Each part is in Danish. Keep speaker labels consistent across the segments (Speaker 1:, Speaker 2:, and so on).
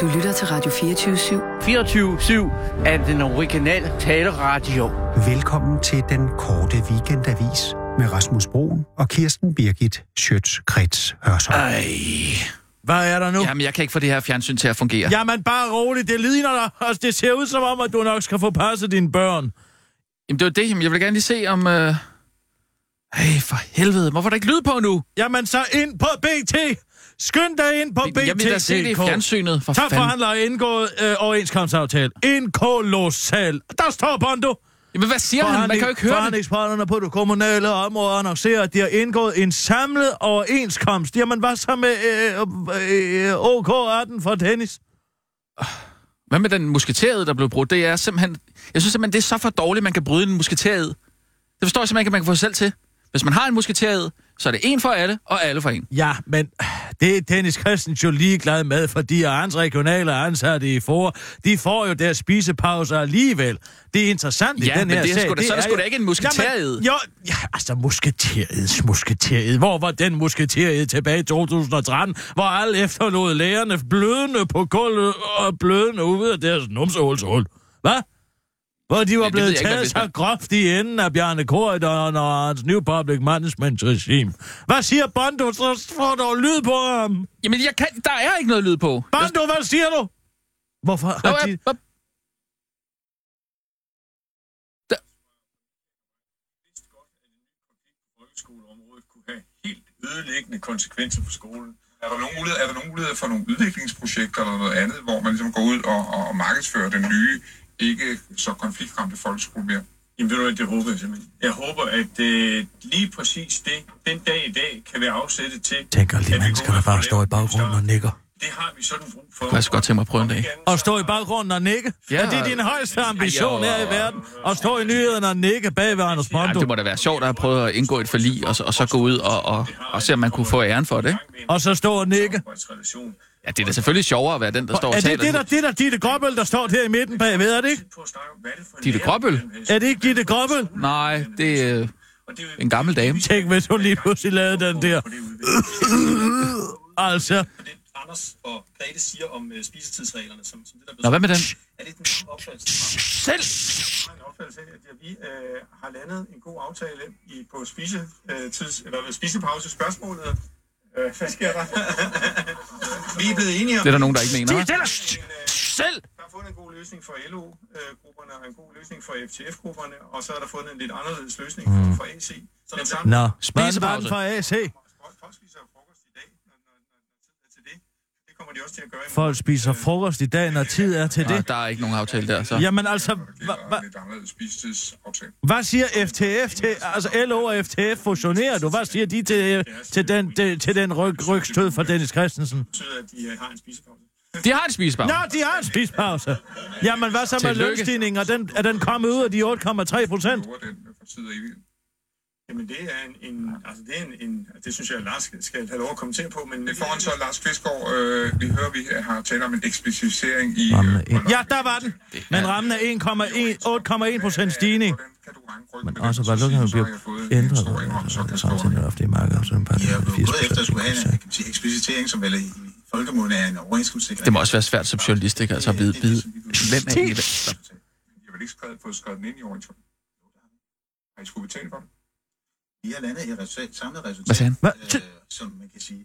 Speaker 1: Du lytter til Radio 24 /7.
Speaker 2: 24-7 af den originale taleradio.
Speaker 3: Velkommen til den korte weekendavis med Rasmus Broen og Kirsten Birgit Schøtz-Krets Hørsholm.
Speaker 4: Ej. Hvad er der nu? Jamen,
Speaker 5: Jamen, jeg kan ikke få det her fjernsyn til at fungere. Ja.
Speaker 4: Jamen bare rolig, det ligner dig. Altså, det ser ud som om, at du nok skal få passet dine børn.
Speaker 5: Jamen, det var det. Jamen, Jeg vil gerne lige se om... Øh... Ej, for helvede. Hvorfor er der ikke lyd på nu?
Speaker 4: Jamen så ind på BT! Skynd dig ind på BT.dk.
Speaker 5: Jeg vil da se det i fjernsynet. For
Speaker 4: Så
Speaker 5: fanden.
Speaker 4: forhandler indgået øh, overenskomstaftale. En kolossal. Der står Bondo.
Speaker 5: Jamen, hvad siger han? Man kan jo ikke høre det.
Speaker 4: Forhandlingsparterne på det kommunale område annoncerer, at de har indgået en samlet overenskomst. Jamen, hvad så med øh, øh, OK18 for tennis?
Speaker 5: Hvad med den musketeriet, der blev brudt? Det er simpelthen... Jeg synes simpelthen, det er så for dårligt, man kan bryde en musketeriet. Det forstår jeg simpelthen ikke, at man kan få sig selv til. Hvis man har en musketeriet, så er det en for alle, og alle for en.
Speaker 4: Ja, men det er Dennis Christensen jo ligeglad med, fordi hans regionale ansatte i for, de får jo deres spisepauser alligevel. Det er interessant
Speaker 5: Ja,
Speaker 4: i den
Speaker 5: men
Speaker 4: her
Speaker 5: det er
Speaker 4: sag.
Speaker 5: sgu da- så er det sgu da ikke en musketeriet.
Speaker 4: Jamen, jo, ja, altså musketeriets musketeriet. Hvor var den musketeriet tilbage i 2013, hvor alle efterlod lærerne blødende på gulvet og blødende ude af deres numsehulshul? Hvad? Hvor de
Speaker 5: det
Speaker 4: var
Speaker 5: ved
Speaker 4: blevet
Speaker 5: jeg ikke,
Speaker 4: taget
Speaker 5: hvis
Speaker 4: så
Speaker 5: man-
Speaker 4: groft i enden af Bjarne Korridoren og hans New Public Management Regime. Hvad siger Bondo? Så får du lyd på ham.
Speaker 5: Jamen, jeg kan... der er ikke noget lyd på. Jeg-
Speaker 4: Bondo, hvad siger du? Hvorfor
Speaker 5: Nå,
Speaker 4: har
Speaker 5: hvad-
Speaker 4: de...
Speaker 5: hvad-
Speaker 6: folkeskoleområdet kunne have helt ødelæggende konsekvenser for skolen. Er der nogen mulighed, er der nogen mulighed for nogle udviklingsprojekter eller noget andet, hvor man ligesom går ud og, og, og markedsfører den nye, ikke så konfliktramte folkeskole mere?
Speaker 7: Jamen ved du hvad, det håber jeg simpelthen. Jeg håber, at øh, lige præcis det, den dag i dag, kan være afsættet til...
Speaker 4: Tænker,
Speaker 7: at vi
Speaker 4: lige man
Speaker 7: går
Speaker 4: skal
Speaker 7: ud
Speaker 4: der
Speaker 7: og får
Speaker 4: bare stå i
Speaker 7: lavet nogle
Speaker 4: baggrunden og
Speaker 7: større-
Speaker 4: nikker.
Speaker 7: Det har vi sådan brug for.
Speaker 5: kunne jeg så godt tænke mig at prøve en dag.
Speaker 4: Og stå i baggrunden og nikke?
Speaker 5: Ja.
Speaker 4: Ja. Er det din højeste ambition
Speaker 5: Ej, jo.
Speaker 4: her i verden? At stå i nyhederne og nikke bag ved Anders
Speaker 5: Ej, det
Speaker 4: Bondo?
Speaker 5: må da være sjovt at have prøvet at indgå et forlig, og så, og så gå ud og, og, og se, om man kunne få æren for det. ikke?
Speaker 4: Og så stå og nikke?
Speaker 7: Relation.
Speaker 5: Ja, det er da selvfølgelig sjovere at være den, der står og
Speaker 4: Er det
Speaker 5: taler.
Speaker 4: det, der, det der Ditte Gråbøl, der står her i midten bagved, er det ikke?
Speaker 7: På at snakke om, hvad er det for en
Speaker 5: Ditte
Speaker 7: lærer,
Speaker 5: Gråbøl?
Speaker 7: vi vil have?
Speaker 4: Er det ikke Ditte Gråbøl?
Speaker 5: Nej, det er øh,
Speaker 7: Og det er jo
Speaker 5: en gammel dame.
Speaker 4: Tænk, hvis hun lige pludselig lavede den der. altså,
Speaker 7: det, Anders og Grete siger om uh, spisetidsreglerne, som, som det der
Speaker 5: Nå, hvad med den?
Speaker 7: er det den samme opfattelse?
Speaker 5: Selv!
Speaker 7: Jeg har en opfattelse af, at vi øh, har landet en god aftale i, på spise, øh, tids, eller spisepause spørgsmålet. Øh, hvad sker der? vi er blevet enige om,
Speaker 5: Det er der nogen, der ikke mener. hva'?
Speaker 4: Selv!
Speaker 7: der er fundet en god løsning for LO-grupperne og en god løsning for FTF-grupperne, og så er der fundet en lidt anderledes løsning
Speaker 5: Mm.
Speaker 7: for, for AC. Så den samme
Speaker 4: Nå,
Speaker 5: Spisepause.
Speaker 4: spisepause. fra AC.
Speaker 7: folk, folk spiser jo frokost i dag, når, når, når, når tid er til det. Det kommer de også til at gøre i morgen.
Speaker 4: Folk spiser frokost i dag, når tid er til
Speaker 5: Nej,
Speaker 4: det.
Speaker 5: der er ikke nogen aftale der, så.
Speaker 4: Jamen altså,
Speaker 6: Det
Speaker 4: hva-
Speaker 6: er
Speaker 4: hva-
Speaker 6: en lidt anderledes spisestidsaftale.
Speaker 4: hvad siger FTF til... Altså, LO og FTF fusionerer du. Hvad siger de til, til den, til, til den ryg, rygstød fra Dennis Christensen?
Speaker 7: Det betyder, at de øh, har en spisepause.
Speaker 5: De har en spisepause.
Speaker 4: Nå, de har en spisepause. Jamen, hvad så med
Speaker 5: Tillykke.
Speaker 4: lønstigningen? Er den, er den kommet ud af de 8,3 procent?
Speaker 6: Lover den øh, for tid og evigt.
Speaker 7: Jamen det er en, en altså det er en, en, det synes jeg, at Lars skal, skal have lov at kommentere på, men
Speaker 6: Det foran så Lars Kvistgaard, øh, vi hører, vi har talt om en eksplicitering i... Øh,
Speaker 4: Rammen er en-
Speaker 6: hvordan-
Speaker 4: Ja, der var den. Men rammen er 1,1 8,1 procent stigning.
Speaker 6: øh, Hvordan kan du ranke ryggen
Speaker 4: Men
Speaker 6: med
Speaker 4: også,
Speaker 6: den?
Speaker 4: hvad
Speaker 6: Så
Speaker 4: lukken
Speaker 6: siger du,
Speaker 4: bliver
Speaker 6: så har jeg fået en
Speaker 4: ændret, øh,
Speaker 6: stor indrømmelse af
Speaker 4: og
Speaker 6: Kvistgaard.
Speaker 4: samtidig ofte i markedet, og så er den bare
Speaker 7: Ja, og
Speaker 4: 80
Speaker 7: både efter at skulle have en kan man sige, eksplicitering, som vel i folkemunde er en overenskomstsikring.
Speaker 5: Det må også være svært som journalist, ikke? Altså at vide, vide hvem er egentlig hvem.
Speaker 6: Jeg vil ikke skrevet, fået skrevet den ind i overenskomsten. Har I skulle betale for det?
Speaker 7: Vi har landet i resultat, samlet resultat,
Speaker 5: Hvad sagde han?
Speaker 4: Hvad?
Speaker 7: Øh, som man kan sige,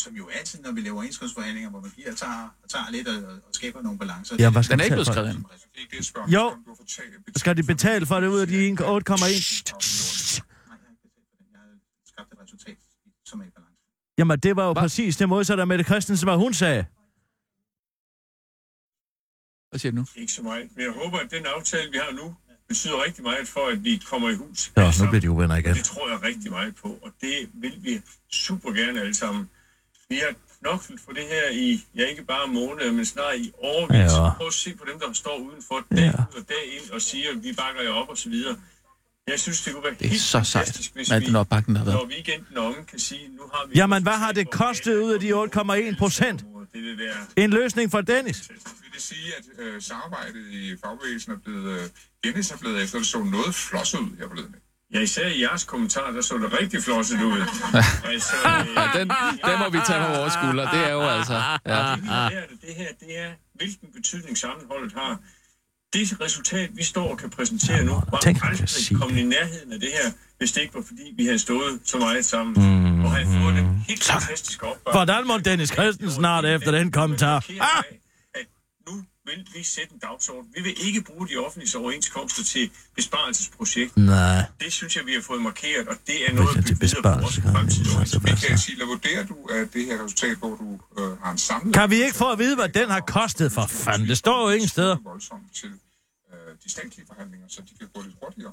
Speaker 7: som jo altid, når vi laver overenskomstforhandlinger, hvor man giver og tager, og tager lidt og, og skaber nogle balancer.
Speaker 4: Ja, hvad skal
Speaker 5: Den er
Speaker 4: de
Speaker 5: ikke
Speaker 4: betale
Speaker 5: blevet skrevet ind.
Speaker 4: for?
Speaker 6: Altså, det er ikke det, jeg spørger.
Speaker 4: Jo.
Speaker 6: Om du har fortalt- betalt
Speaker 4: Skal de betale for det ud af de 8,1?
Speaker 7: Jeg har skabt et resultat, som er i balance.
Speaker 4: Jamen, det var jo
Speaker 5: Hva?
Speaker 4: præcis det modsatte af Mette Christensen, hvad hun sagde.
Speaker 5: Hvad siger du nu?
Speaker 7: Ikke så meget, men jeg håber, at den aftale, vi har nu, betyder rigtig meget for, at vi kommer i hus.
Speaker 4: Nå,
Speaker 7: alle sammen.
Speaker 4: nu bliver de uvenner igen.
Speaker 7: Det tror jeg rigtig meget på, og det vil vi super gerne alle sammen. Vi har knoklet for det her i, ja ikke bare måneder, men snart i årvis.
Speaker 4: Ja.
Speaker 7: Prøv at se på dem, der står udenfor dag
Speaker 4: Ja.
Speaker 7: ud og dag ind og siger, vi bakker jer op og så videre. Jeg synes, det kunne være
Speaker 5: Det er
Speaker 7: helt
Speaker 5: så sejt,
Speaker 7: fantastisk, hvis
Speaker 5: med
Speaker 7: vi,
Speaker 5: den opbakning, der har været.
Speaker 7: når weekenden er omme, kan sige, nu har vi...
Speaker 4: Jamen, hvad har det kostet ud af de 8,1 procent?
Speaker 7: Det vil være
Speaker 4: En løsning for Dennis.
Speaker 6: Vil det sige, at øh, samarbejdet i fagbevægelsen er blevet, øh, Dennis er blevet efter, det så noget flosset ud her forleden. ikke?
Speaker 7: Ja, især i jeres kommentar, der så det rigtig flosset ud. altså, øh,
Speaker 5: Den, den må vi tage på vores skuldre. Det er jo altså... Ja.
Speaker 7: det, er det, det her, det er, hvilken betydning sammenholdet har. Det resultat, vi står og kan præsentere nu, var
Speaker 4: tænk, han kan sige
Speaker 7: aldrig kommet i nærheden af det her, hvis det ikke var, fordi vi havde stået så meget sammen mm, og havde fået en helt fantastisk opbakning.
Speaker 4: Hvordan må Dennis Christensen snart efter den kommentar?
Speaker 7: Ah! At nu vil vi sætte en dagsorden. Vi vil ikke bruge de offentlige overenskomster til besparelsesprojekt.
Speaker 4: Nej.
Speaker 7: Det synes jeg, vi har fået markeret, og det er noget, vi
Speaker 4: til
Speaker 7: videre på vores
Speaker 4: besparelser,
Speaker 7: fremtidige
Speaker 4: men altså, hvad
Speaker 6: Michael Siller, vurderer du, at det her resultat, hvor du øh, har en samlet...
Speaker 4: Kan vi ikke få at vide, hvad den har kostet? For fanden, det står jo ingen steder.
Speaker 6: ...voldsomt til øh, de statslige forhandlinger, så de kan gå lidt hurtigere.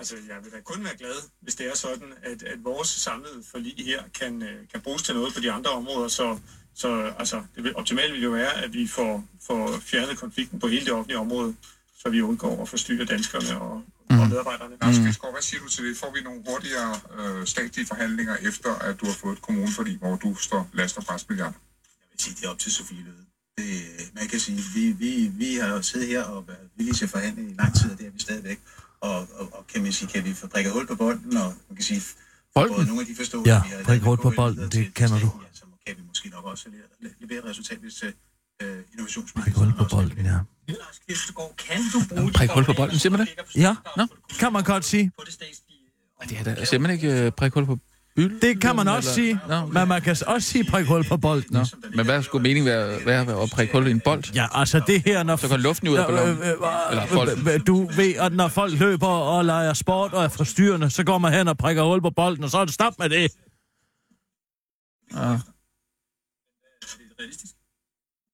Speaker 7: Altså, jeg vil da kun være glad, hvis det er sådan, at, at vores samlede forlig her kan, øh, kan bruges til noget på de andre områder. Så, så øh, altså, det vil- optimale vil jo være, at vi får, får fjernet konflikten på hele det offentlige område, så vi undgår at forstyrre danskerne og, og
Speaker 8: Mm.
Speaker 7: medarbejderne.
Speaker 4: Mm.
Speaker 6: Lars Kæsgaard, hvad siger du til det? Får vi nogle hurtigere øh, statslige forhandlinger, efter at du har fået et kommuneforlig, hvor du står last og præstmilliarder?
Speaker 1: vil sige, det er op til Sofie Løde. Det, man kan sige, vi, vi, vi har jo siddet her og været villige til forhandling i lang tid, og det er vi stadigvæk. Og, og, og kan man sige, kan vi få prikket hul på bolden, og man kan sige,
Speaker 5: Bolden?
Speaker 1: både nogle af de forståelser,
Speaker 4: Ja,
Speaker 1: vi har
Speaker 4: prikke hul på
Speaker 1: lavet, gå
Speaker 4: bolden,
Speaker 1: videre
Speaker 4: det
Speaker 1: til-
Speaker 4: kender
Speaker 1: til-
Speaker 4: du.
Speaker 1: Ja, så kan vi måske nok også levere, levere et resultat, hvis uh,
Speaker 4: Prik
Speaker 1: innovationsministeren
Speaker 4: hul på bolden, ja.
Speaker 1: Lars Kirstegaard, kan du bruge
Speaker 5: Prik hul på bolden, siger man det?
Speaker 4: Ja, kan man godt sige.
Speaker 1: på det statslige?
Speaker 5: Det er da siger man ikke øh, prik hul på bylden?
Speaker 4: Det kan man også
Speaker 5: eller-
Speaker 4: sige.
Speaker 5: Nå,
Speaker 4: Men man kan også sige prik hul på bolden.
Speaker 5: Nå. Men hvad skulle meningen være, være ved at prikke hul i en bold?
Speaker 4: Ja, altså det her, når... øh,
Speaker 5: Så går luften jo ud af ballonen. Eller bolden.
Speaker 4: Du ved, at når folk løber og leger sport og er forstyrrende, så går man hen og prikker hul på bolden, og så er det stop med det.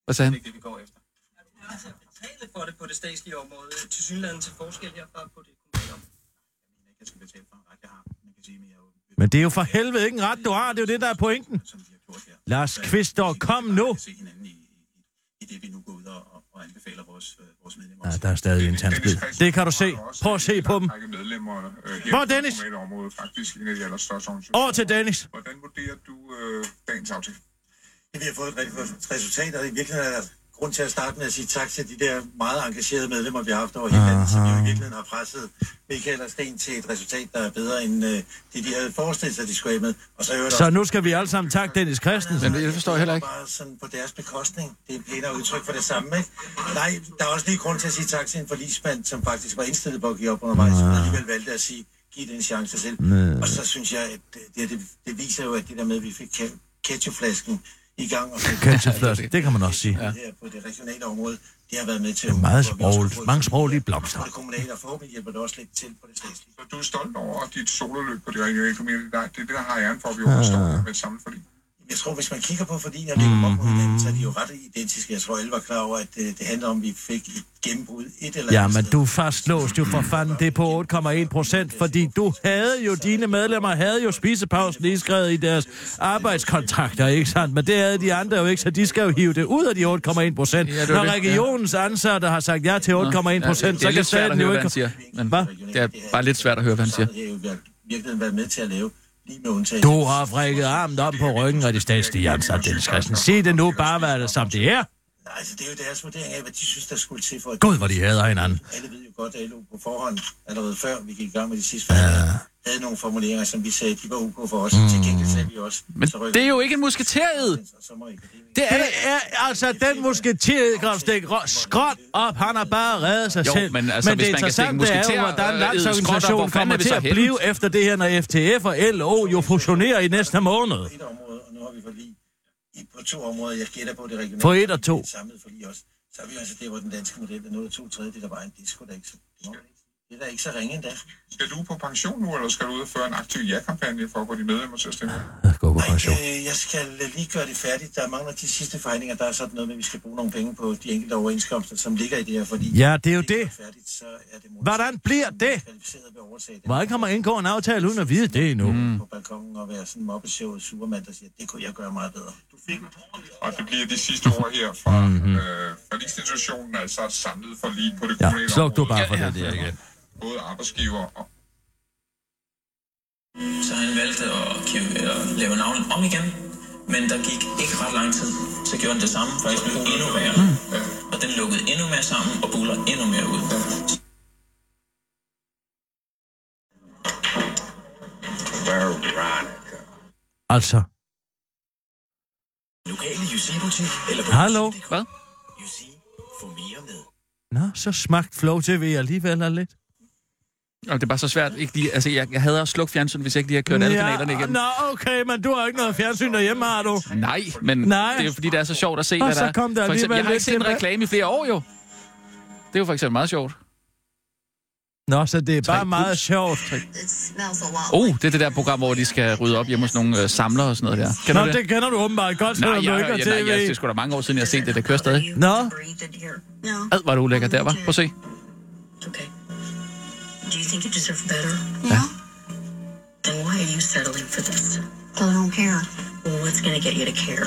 Speaker 5: Hvad sagde han?
Speaker 1: det, vi går efter. betale for det på det statslige område, til synligheden til forskel herfra på det kommunale område. Jeg skal betale for en ret, jeg har. Man kan sige, men jeg er jo
Speaker 4: Men det er jo for helvede ikke en ret, du har. Det er jo det, der er pointen.
Speaker 1: som vi har gjort her.
Speaker 4: Lars Kvistgaard, kom nu.
Speaker 1: Vi se hinanden i, i, i det, vi nu går ud og, og- og anbefaler vores, øh, vores medlemmer.
Speaker 4: Ja, der er stadig en tandspid. Det kan du se. Prøv at se på dem.
Speaker 6: Række medlemmer, øh, her
Speaker 4: Hvor
Speaker 6: på
Speaker 4: er
Speaker 6: det
Speaker 4: Dennis?
Speaker 6: kommunale Område, faktisk en af de allerstørste
Speaker 4: Over
Speaker 6: organisationer.
Speaker 4: til Dennis.
Speaker 6: Hvordan vurderer du øh, dagens aftale?
Speaker 1: Ja, Vi har fået et rigtig godt resultat, og i virkeligheden er der grund til at starte med at sige tak til de der meget engagerede medlemmer, vi har haft over hele landet, som jo i virkeligheden har presset Michael og Sten til et resultat, der er bedre end øh, det, de havde forestillet sig, de skulle af med. Og så,
Speaker 4: Så nu skal vi alle sammen takke Dennis Christensen.
Speaker 5: Men det forstår jeg heller ikke.
Speaker 1: Bare sådan på deres bekostning. Det er et pænere udtryk for det samme, ikke? Nej, der er også lige grund til at sige tak til en forlismand, som faktisk var indstillet på at give op undervejs,
Speaker 5: Ah.
Speaker 1: men alligevel valgte at sige, giv det en chance selv. Og så synes jeg, at øh, det, her, det, det viser jo, at det der med, at vi fik ke- ketchupflasken i gang og fik
Speaker 4: Ketchupflasken, det kan man også sige.
Speaker 1: Ja. Her på det regionale område, det har været med til...
Speaker 4: Det er meget
Speaker 1: hvor vi også har
Speaker 4: sprogligt.
Speaker 1: fået-
Speaker 4: Mange sproglige blomster.
Speaker 1: På det kommunale, og forhåbentlig hjælper det også lidt til på det statslige.
Speaker 6: Så du er stolt over dit sololøb på det regionale kommunale. Nej, det er det, der har æren for, at vi overstår med et samlet forlig.
Speaker 1: Jeg tror, hvis man kigger på fordi og lægger dem op mod
Speaker 4: Mhm.
Speaker 1: hinanden, så er de jo ret identiske. Jeg tror, alle var klar over, at øh, det handler om, at vi fik et gennembrud et eller andet
Speaker 4: Ja, men
Speaker 1: sted.
Speaker 4: du er fastlåst jo for fanden. Det er på 8,1 procent, fordi du havde jo, dine medlemmer havde jo spisepausen indskrevet i deres arbejdskontrakter, ikke sandt? Men det havde de andre jo ikke, så de skal jo hive det ud af de 8,1 procent.
Speaker 5: Ja, det
Speaker 4: Når
Speaker 5: var det, ja.
Speaker 4: regionens ansatte har sagt ja til 8,1 procent,
Speaker 5: Ja,
Speaker 4: så
Speaker 5: det er
Speaker 4: kan
Speaker 5: lidt svært at
Speaker 4: staten
Speaker 5: høre,
Speaker 4: jo
Speaker 5: hvad han siger.
Speaker 4: ikke...
Speaker 5: Men
Speaker 4: Hvad?
Speaker 5: det er bare lidt svært at høre, hvad han siger.
Speaker 1: Det har jo været- virkeligheden været med til at lave, lige med undtagelse.
Speaker 4: Du har frækket armen om på ryggen af de statslige ansatte, Dennis Christensen. Sig det nu bare, hvad det som det er.
Speaker 1: Altså, det er jo deres vurdering af, hvad de synes, der skulle til for... at-
Speaker 4: Gud, hvor de hader hinanden.
Speaker 1: Alle ved jo godt, at LO på forhånd, allerede før vi gik i gang med de sidste forhandlinger, havde nogle formuleringer, som vi sagde, de var ok for os. Mm. Til gengæld sagde vi også...
Speaker 5: Men
Speaker 1: så rykker
Speaker 5: det er
Speaker 1: vi-
Speaker 5: jo ikke en musketeriet.
Speaker 1: Og så må I-
Speaker 5: Det er
Speaker 4: Det er altså den musketeriet, Grafstik Skråt op, han har bare reddet sig
Speaker 5: Jo,
Speaker 4: selv.
Speaker 5: men altså, hvis man kan stikke
Speaker 4: det er jo,
Speaker 5: musketerer,
Speaker 4: hvordan
Speaker 5: øh,
Speaker 4: landsorganisationen
Speaker 5: Skråt op, hvor fanden
Speaker 4: kommer
Speaker 5: er vi
Speaker 4: til
Speaker 5: så
Speaker 4: at
Speaker 5: henne?
Speaker 4: blive efter det her, når FTF og LO jo fusionerer i næste måned.
Speaker 1: et område, og nu har vi forlig i- på to områder. Jeg gætter på det regionale.
Speaker 4: På et og to.
Speaker 1: Det samlede forlig også. Så er vi altså der, hvor den danske model er nået to tredjedel af vejen. Det er sgu da ikke så. det må man ikke sige. Det er da ikke så ringe endda.
Speaker 6: Skal du på pension nu, eller skal du ud og føre en aktiv ja-kampagne for at få de medlemmer til at stemme?
Speaker 4: Gå på pension.
Speaker 1: Nej, øh, jeg skal lige gøre det færdigt. Der mangler de sidste forhandlinger. Der er sådan noget med, at vi skal bruge nogle penge på de enkelte overenskomster, som ligger i det her forlig.
Speaker 4: Ja, det er jo
Speaker 1: Når er
Speaker 4: det.
Speaker 1: Færdigt, så er det modtaget.
Speaker 4: Hvordan bliver det?
Speaker 1: Kvalificeret ved overtage det.
Speaker 4: Hvordan kan man indgå en aftale uden at vide det endnu? Mm.
Speaker 1: på balkongen og være sådan en mobbesjævet supermand, der siger, det kunne jeg gøre meget bedre. Du fik
Speaker 6: Og det bliver de sidste ord her fra mm-hmm. øh, forlisinstitutionen, altså et samlet forlig på det
Speaker 4: Mhm. Ja,
Speaker 6: kommunale
Speaker 4: sluk du
Speaker 6: område.
Speaker 4: bare for det der igen.
Speaker 6: Både arbejdsgiver og
Speaker 9: Så han valgte at give, eller lave navnet om igen. Men der gik ikke ret lang tid, så gjorde han det samme, faktisk blev endnu værre.
Speaker 4: Mm.
Speaker 9: Og den lukkede endnu mere sammen og buler endnu mere ud.
Speaker 4: Altså,
Speaker 9: Lokale UC-butik eller på
Speaker 4: Hallo?
Speaker 9: UC.dk.
Speaker 5: Hvad?
Speaker 9: UC. Få mere med.
Speaker 4: nå, så smagt Flow TV alligevel er lidt.
Speaker 5: Og det er bare så svært. Ikke lige, altså, jeg, jeg hader at slukke fjernsyn, hvis jeg ikke lige har kørt alle kanalerne igennem.
Speaker 4: Nå, okay, men du har ikke noget fjernsyn derhjemme, har du?
Speaker 5: Nej, men
Speaker 4: Nej.
Speaker 5: Nej. det er jo fordi, det er så sjovt at se,
Speaker 4: Og
Speaker 5: hvad
Speaker 4: så
Speaker 5: der er.
Speaker 4: kom der
Speaker 5: for eksempel,
Speaker 4: alligevel
Speaker 5: jeg har ikke
Speaker 4: lidt
Speaker 5: set en
Speaker 4: tilbage.
Speaker 5: reklame i flere år, jo. Det er jo for eksempel meget sjovt.
Speaker 4: Nå, så det er bare
Speaker 5: Tre
Speaker 4: meget
Speaker 5: plus.
Speaker 4: sjovt.
Speaker 5: Oh, det er det der program, hvor de skal rydde op hjemme hos nogle øh, samlere og sådan noget der. Kan
Speaker 4: Nå,
Speaker 5: du det?
Speaker 4: det kender du åbenbart godt,
Speaker 5: Nej,
Speaker 4: selvom
Speaker 5: jeg,
Speaker 4: du ikke
Speaker 5: jeg,
Speaker 4: har
Speaker 5: jeg, nej, jeg, det er
Speaker 4: tv.
Speaker 5: sgu da mange år siden, jeg har set det, der kører stadig.
Speaker 4: Nå,
Speaker 5: Ad, var du ulækker der, var. Prøv at se.
Speaker 10: Okay. Do you think you deserve better? Yeah. Then why are you settling for this? I don't care. Well, what's going to get you to care?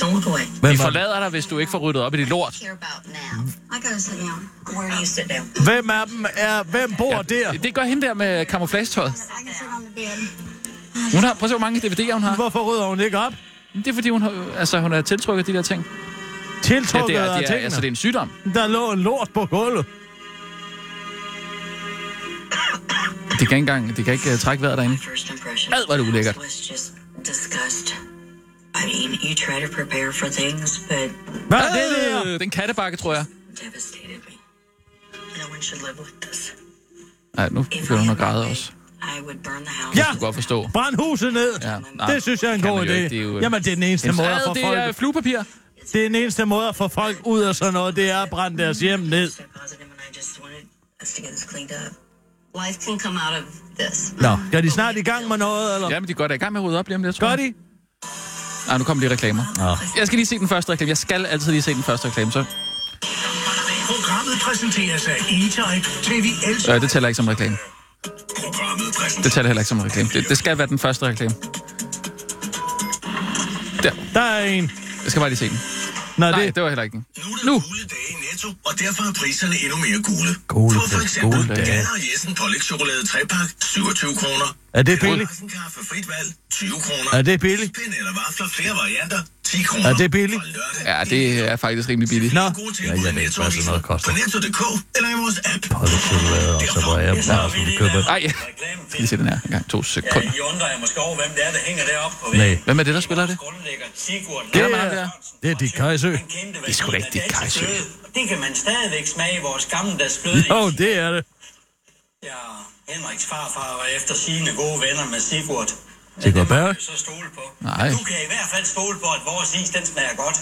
Speaker 10: Don't look away.
Speaker 4: hvem
Speaker 5: Vi
Speaker 4: er,
Speaker 5: forlader dig, hvis du ikke får ryddet op i dit lort.
Speaker 10: Care about now. I gotta sit down. Where do you sit down?
Speaker 4: hvem af dem er, hvem bor der?
Speaker 5: Det gør hende der med kamuflagetøjet.
Speaker 10: I can sit on the bed.
Speaker 5: Hun har, prøv at se, hvor mange DVD'er hun har.
Speaker 4: Hvorfor rydder hun ikke op?
Speaker 5: Det er fordi, hun, har, altså, hun er tiltrykket af de der ting. Ja, det
Speaker 4: Tiltrukket
Speaker 5: er,
Speaker 4: af
Speaker 5: det er, altså, det er
Speaker 4: tingene.
Speaker 5: en sygdom.
Speaker 4: Der lå en lort på gulvet.
Speaker 5: Det kan ikke engang, det kan ikke uh, trække vejret derinde.
Speaker 10: First impression.
Speaker 5: Ad, hvor er det ulækkert.
Speaker 10: was just disgust. I mean, you try to prepare for things, but
Speaker 4: Hvad er det der?
Speaker 5: Øh, den kattebakke, tror jeg.
Speaker 10: devastated me. No one should live with this.
Speaker 5: Nej, nu begynder hun at græde også.
Speaker 10: I would burn the house.
Speaker 4: Ja,
Speaker 5: Du kan godt forstå.
Speaker 4: brænd huset ned.
Speaker 5: Ja, nej,
Speaker 4: Det synes jeg er en
Speaker 5: kan
Speaker 4: god
Speaker 5: man jo
Speaker 4: idé.
Speaker 5: ikke. Det er jo-
Speaker 4: Jamen, det er den eneste
Speaker 5: En
Speaker 4: måde at
Speaker 5: ad,
Speaker 4: få
Speaker 5: det øh, er
Speaker 4: folk...
Speaker 5: fluepapir.
Speaker 4: Det er den eneste måde at få folk ud af sådan noget, det er at brænde deres hjem ned.
Speaker 10: Mm-hmm. So positive, and I just wanted us to get this cleaned up. Life can come out of this.
Speaker 4: Nå, er de snart i gang med noget, eller?
Speaker 5: Ja, men de går da i gang med at rydde op lige om lidt, tror
Speaker 4: Gør
Speaker 5: jeg.
Speaker 4: de?
Speaker 5: Nej, nu kommer lige reklamer. Jeg skal lige se den første reklame. Jeg skal altid lige se den første reklame, så...
Speaker 1: Programmet præsenteres af E-Type TV
Speaker 5: Øh, det tæller ikke som reklame.
Speaker 1: Programmet præsenteres...
Speaker 5: Det tæller heller ikke som reklame. Det, det skal være den første reklame.
Speaker 4: Der er en.
Speaker 5: Jeg skal bare lige se den.
Speaker 4: Nå,
Speaker 5: Nej,
Speaker 4: det...
Speaker 5: det var heller ikke den.
Speaker 1: Nu er der
Speaker 5: Nu.
Speaker 1: nu. gule dage i Netto, og derfor er priserne endnu mere gule.
Speaker 4: Gule
Speaker 1: Få for
Speaker 4: dage,
Speaker 1: eksempel
Speaker 4: gule dage.
Speaker 1: Gader og Jessen pålægtschokolade 3-pakke, 27 kroner.
Speaker 4: Er det billigt?
Speaker 1: Kaffe frit valg, 20 kroner.
Speaker 4: Er det billigt?
Speaker 1: Pind eller vafler, flere varianter, 10 kroner.
Speaker 4: Er det billigt?
Speaker 1: Fra lørdag,
Speaker 5: Ja, det er faktisk rimelig billigt.
Speaker 4: Nå,
Speaker 1: Gode tilbud ja, jeg ved ikke, hvad sådan noget koster. På netto.dk eller i vores app.
Speaker 11: og så var jeg bare sådan købet.
Speaker 5: Ej, ja. Skal lige se den her en gang. To sekunder.
Speaker 9: I undrer jeg måske over, hvem det er, der hænger deroppe på
Speaker 11: Nej,
Speaker 5: Hvem er det, der spiller det?
Speaker 9: Grundlægger Sigurd
Speaker 5: Gælder man ham der?
Speaker 4: det er Dick Kajsø.
Speaker 9: Han kendte værdien
Speaker 5: sgu da ikke
Speaker 9: af
Speaker 5: dit
Speaker 9: dansk
Speaker 5: kajsø.
Speaker 9: fløde. Det kan man stadigvæk smage i vores gammeldags fløde.
Speaker 4: Jo, det er det.
Speaker 9: Ja, Henriks farfar var efter sine gode venner med Sigurd.
Speaker 4: Sigurd Berg?
Speaker 9: Så stole på.
Speaker 5: Nej.
Speaker 9: Du kan i hvert fald stole på, at vores is, den smager godt.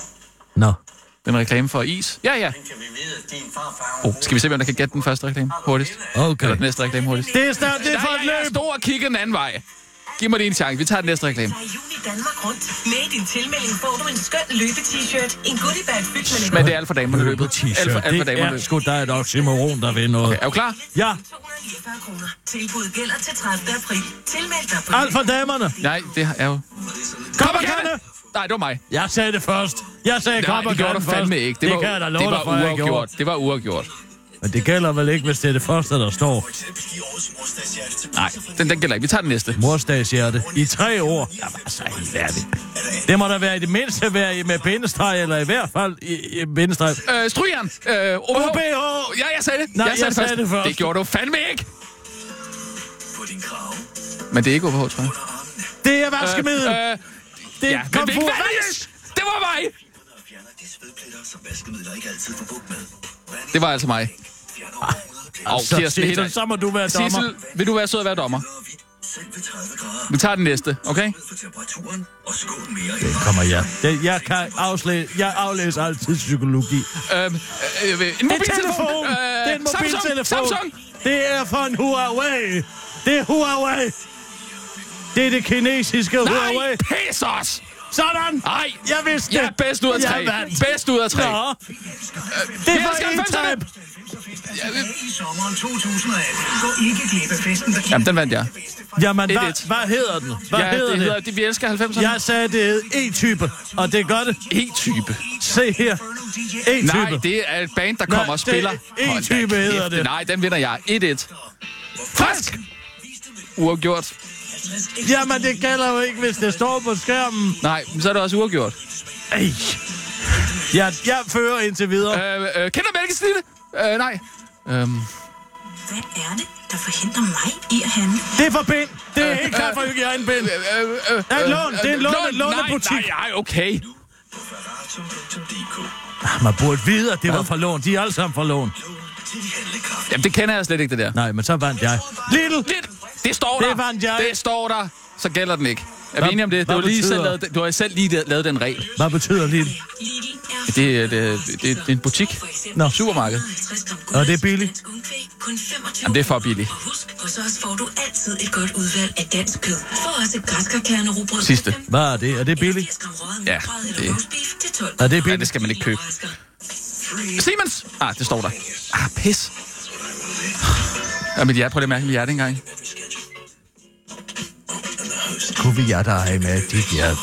Speaker 4: Nå.
Speaker 5: Den reklame for is. Ja, ja.
Speaker 9: Den kan vi vide, at din farfar...
Speaker 5: Oh, skal vi se, hvem der kan gætte den første reklame hurtigst?
Speaker 4: Okay.
Speaker 5: Eller den næste reklame hurtigst?
Speaker 4: Det er snart, det er for
Speaker 5: Nej,
Speaker 4: et
Speaker 5: jeg, jeg
Speaker 4: løb.
Speaker 5: står og kigger den anden vej. Giv mig lige en chance. Vi tager den næste reklame.
Speaker 10: Fra juni Danmark rundt. Med din tilmelding får du en skøn løbe-t-shirt, en goodiebag fyldt med
Speaker 5: Men det er alt for damerne løbet. Alt for, alt for
Speaker 4: Det
Speaker 5: damerne
Speaker 4: er
Speaker 5: løbet.
Speaker 4: sgu da et oxymoron, der ved noget.
Speaker 5: Er du klar?
Speaker 4: Ja,
Speaker 10: 249 kroner. Tilbuddet gælder til 30. april. Tilmeld dig på
Speaker 4: alt for damerne.
Speaker 5: Nej, det er jo...
Speaker 4: Kom og kan det.
Speaker 5: Nej, det var mig.
Speaker 4: Jeg sagde det først. Jeg sagde
Speaker 5: Nej,
Speaker 4: kom og
Speaker 5: det gjorde
Speaker 4: kan
Speaker 5: du
Speaker 4: det først.
Speaker 5: fandme ikke.
Speaker 4: Det
Speaker 5: var,
Speaker 4: kan jeg da love
Speaker 5: det
Speaker 4: dig
Speaker 5: var
Speaker 4: for, jeg gjorde.
Speaker 5: uafgjort. Det var uafgjort.
Speaker 4: Men det gælder vel ikke, hvis det er det første, der står.
Speaker 5: Nej, den, den gælder ikke. Vi tager den næste.
Speaker 4: Morsdagshjerte. I tre år. Jamen, altså, helt ærligt. Det må da være i det mindste være i- med bindestreg, eller i hvert fald i, i bindestreg.
Speaker 5: Øh, strygeren. Øh, OBH.
Speaker 4: OBH.
Speaker 5: Ja, jeg sagde det.
Speaker 4: Nej, jeg sagde
Speaker 5: først.
Speaker 4: det først.
Speaker 5: Det gjorde du fandme ikke. Men det er ikke OBH, tror jeg.
Speaker 4: Det er vaskemiddel.
Speaker 5: Øh,
Speaker 4: det er
Speaker 5: ja, men vi er
Speaker 4: komfur.
Speaker 5: ikke færdige. Det var mig. Det var altså mig. Au,
Speaker 4: Så,
Speaker 5: Kirsten
Speaker 4: Sissel,
Speaker 5: Hedder.
Speaker 4: så må du være dommer.
Speaker 5: Sissel, vil du være sød at være dommer? Vi tager den næste, okay? Øhm,
Speaker 4: Kommer jeg. Det, jeg kan afslæ... jeg aflæser altid psykologi.
Speaker 5: Øhm, øh, øh, en
Speaker 4: Det er
Speaker 5: mobiltelefon. Øh,
Speaker 4: telefon. det er en mobiltelefon.
Speaker 5: Samsung, Samsung.
Speaker 4: Det er fra en Huawei. Det er Huawei. Det er det kinesiske
Speaker 5: Nej,
Speaker 4: Huawei.
Speaker 5: pis os.
Speaker 4: Sådan.
Speaker 5: Nej,
Speaker 4: Jeg vidste
Speaker 5: jeg
Speaker 4: det.
Speaker 5: er bedst ud af tre.
Speaker 4: Jeg vandt.
Speaker 5: Bedst ud af tre.
Speaker 4: Nå. Det er
Speaker 5: Her
Speaker 4: fra
Speaker 5: skal
Speaker 4: E-Type.
Speaker 5: 90'erne.
Speaker 1: I sommeren 2018 går ikke glip af festen, der
Speaker 5: Jamen, den vandt jeg.
Speaker 4: Jamen, hvad,
Speaker 5: 1-1.
Speaker 4: hvad hedder den? Hvad
Speaker 5: ja,
Speaker 4: hedder
Speaker 5: det
Speaker 4: det?
Speaker 5: hedder, det? vi elsker 90'erne.
Speaker 4: Jeg sagde, det hed E-type, og det gør det.
Speaker 5: E-type.
Speaker 4: Se her.
Speaker 5: Nej,
Speaker 4: E-type.
Speaker 5: det er et band, der kommer
Speaker 4: Nej,
Speaker 5: og spiller.
Speaker 4: det er
Speaker 5: Hold da
Speaker 4: E-type
Speaker 5: kæft,
Speaker 4: hedder det.
Speaker 5: Nej, den vinder jeg. 1-1. Frisk! Uafgjort.
Speaker 4: Jamen, det gælder jo ikke, hvis det står på skærmen.
Speaker 5: Nej, men så er det også uafgjort.
Speaker 4: Ej. Jeg, jeg fører indtil videre.
Speaker 5: Øh, øh, kender mælkesnitte? Øh, nej. Øhm,
Speaker 10: Hvad er det, der forhindrer mig i at handle?
Speaker 4: Det er for bind. Det er helt
Speaker 5: øh,
Speaker 4: klart for hygiejnebind. Det er et lån. Det er en lån- lånebutik.
Speaker 5: Nej, nej, okay.
Speaker 9: på ferratum.dk.
Speaker 4: Ah, Man burde vide, at det var for lån. De er alle sammen for lån.
Speaker 9: Til de handlekraft.
Speaker 5: Jamen, det kender jeg slet ikke, det der.
Speaker 4: Nej, men så vandt jeg. Little!
Speaker 5: Lidt. Det står
Speaker 4: Det
Speaker 5: der.
Speaker 4: vandt jeg.
Speaker 5: Det står der. Så gælder den ikke. Er
Speaker 4: Hvad-
Speaker 5: vi enige om det? Du
Speaker 4: hvad
Speaker 5: har, lige
Speaker 4: betyder-
Speaker 5: selv lavet, den- du har selv lige lavet den regel.
Speaker 4: Hvad betyder Little?
Speaker 10: Lidl er
Speaker 5: Det er, det, er- det, er- det er en butik.
Speaker 4: Nå.
Speaker 5: Supermarked.
Speaker 10: 50 gram
Speaker 4: Nå, det er billigt.
Speaker 10: dansk ungkvæg, kun 25
Speaker 5: Jamen, det er for billigt.
Speaker 10: Og husk, hos os får du altid et godt udvalg af dansk kød. Få også græskarkerne rugbrød.
Speaker 5: Sidste.
Speaker 4: Hvad er det? Er det billigt?
Speaker 5: Ja, det-
Speaker 10: Er
Speaker 4: det billigt?
Speaker 5: Ja, det skal man ikke købe. Siemens! Ah, det står der. Ah, pis. Ja, mit hjerte, prøv lige at mærke mit hjerte engang.
Speaker 4: Kunne vi jer der er med dit hjerte?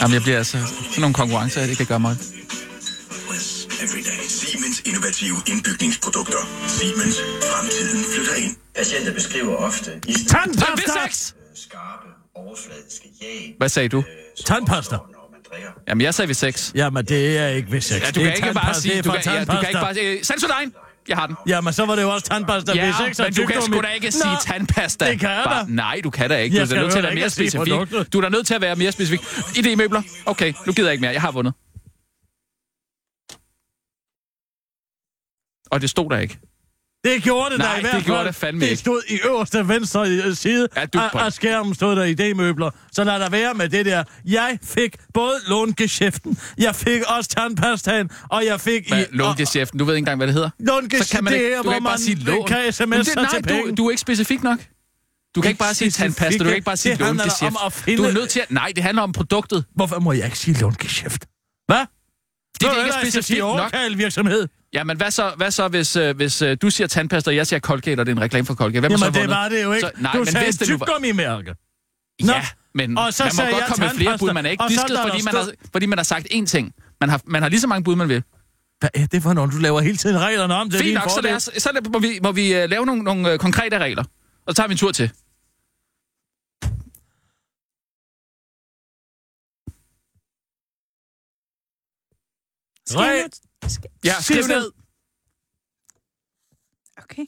Speaker 5: Jamen, jeg bliver altså... Sådan nogle konkurrencer, det kan gøre mig.
Speaker 6: Siemens innovative indbygningsprodukter. Siemens. Fremtiden flytter ind.
Speaker 9: Patienter beskriver ofte isnende,
Speaker 4: Tandpasta!
Speaker 5: Sex!
Speaker 9: skarpe, overfladiske jag.
Speaker 5: Hvad sagde du?
Speaker 4: Tandpasta.
Speaker 9: Når man drikker.
Speaker 5: Jamen, jeg sagde ved sex.
Speaker 4: Jamen, det er ikke ved sex.
Speaker 5: Ja, du
Speaker 4: Det er
Speaker 5: kan ikke bare
Speaker 4: tandpasta.
Speaker 5: sige...
Speaker 4: Det
Speaker 5: Du
Speaker 4: er
Speaker 5: kan,
Speaker 4: fra
Speaker 5: ja, du kan ikke
Speaker 4: tandpasta.
Speaker 5: bare sige... Send dig! Jeg har den.
Speaker 4: Jamen, så var det jo også tandpasta
Speaker 5: Ja,
Speaker 4: ved sex. og
Speaker 5: men du kan sgu
Speaker 4: tyggegummit.
Speaker 5: da ikke
Speaker 4: Nå,
Speaker 5: sige tandpasta.
Speaker 4: Det kan jeg da.
Speaker 5: Bare- Nej, du kan da ikke. Du
Speaker 4: Jeg
Speaker 5: er da
Speaker 4: skal
Speaker 5: nødt til at
Speaker 4: heller
Speaker 5: være
Speaker 4: ikke
Speaker 5: mere
Speaker 4: at sige
Speaker 5: specifik.
Speaker 4: produktet.
Speaker 5: Du er da nødt til at være mere specifik. ID-møbler. Okay, nu gider jeg ikke mere. Jeg har vundet. Og det stod der ikke.
Speaker 4: Det gjorde det
Speaker 5: Nej,
Speaker 4: da
Speaker 5: det
Speaker 4: i hvert fald.
Speaker 5: gjorde det fandme
Speaker 4: Det
Speaker 5: ikke.
Speaker 4: stod i øverste venstre øh, side
Speaker 5: Ja, du-
Speaker 4: af, af skærmen, stod der idémøbler. Så lad der være med det der. Jeg fik både långeschæften, jeg fik også tandpastaen, og jeg fik...
Speaker 5: Hvad,
Speaker 4: i- og-
Speaker 5: långechefen, du ved ikke engang, hvad det hedder.
Speaker 4: Långeschæften,
Speaker 5: Så kan man
Speaker 4: det
Speaker 5: ikke,
Speaker 4: her,
Speaker 5: du
Speaker 4: hvor
Speaker 5: kan ikke
Speaker 4: man
Speaker 5: bare sige lån.
Speaker 4: kan
Speaker 5: Men
Speaker 4: sms'er
Speaker 5: nej,
Speaker 4: til penge.
Speaker 5: Du, du er ikke specifik nok. Du kan ikke bare sige
Speaker 4: specifik,
Speaker 5: tandpasta, du kan
Speaker 4: ikke?
Speaker 5: ikke bare
Speaker 4: Det
Speaker 5: sige
Speaker 4: handler da om
Speaker 5: långeschæft.
Speaker 4: at finde-
Speaker 5: Du er nødt til at... Nej, det handler om produktet.
Speaker 4: Hvorfor må jeg ikke sige långeschæft? Hvad?
Speaker 5: Det,
Speaker 4: Ved
Speaker 5: det
Speaker 4: du
Speaker 5: ikke
Speaker 4: hvad,
Speaker 5: er
Speaker 4: jeg skal
Speaker 5: specifikt
Speaker 4: sige
Speaker 5: nok.
Speaker 4: virksomhed.
Speaker 5: Jamen, hvad så, hvad så hvis, øh, hvis øh, du siger tandpasta, og jeg siger Colgate, og det er en reklame for Colgate? Hvem har så
Speaker 4: Jamen,
Speaker 5: vundet?
Speaker 4: det var det jo ikke.
Speaker 5: Så, nej,
Speaker 4: du
Speaker 5: men
Speaker 4: sagde
Speaker 5: hvis det nu var...
Speaker 4: tykgummimærke.
Speaker 5: Ja, men
Speaker 4: Og så
Speaker 5: man må
Speaker 4: sagde
Speaker 5: godt
Speaker 4: jeg
Speaker 5: komme med flere
Speaker 4: tandpasta,
Speaker 5: bud. Man er ikke
Speaker 4: og så
Speaker 5: disket,
Speaker 4: er der
Speaker 5: fordi man,
Speaker 4: stå-
Speaker 5: har, fordi man har sagt én ting. Man har, man har lige så mange bud, man vil.
Speaker 4: Hvad er det for nogen, du laver hele tiden reglerne om? Det er
Speaker 5: Fint
Speaker 4: din
Speaker 5: nok, så,
Speaker 4: fordel.
Speaker 5: lad os, så lad, må vi, må vi øh, lave nogle, nogle øh, konkrete regler. Og så tager vi en tur til.
Speaker 4: Re-
Speaker 5: Ja, skriv
Speaker 4: Sidste.
Speaker 5: ned.
Speaker 12: Okay.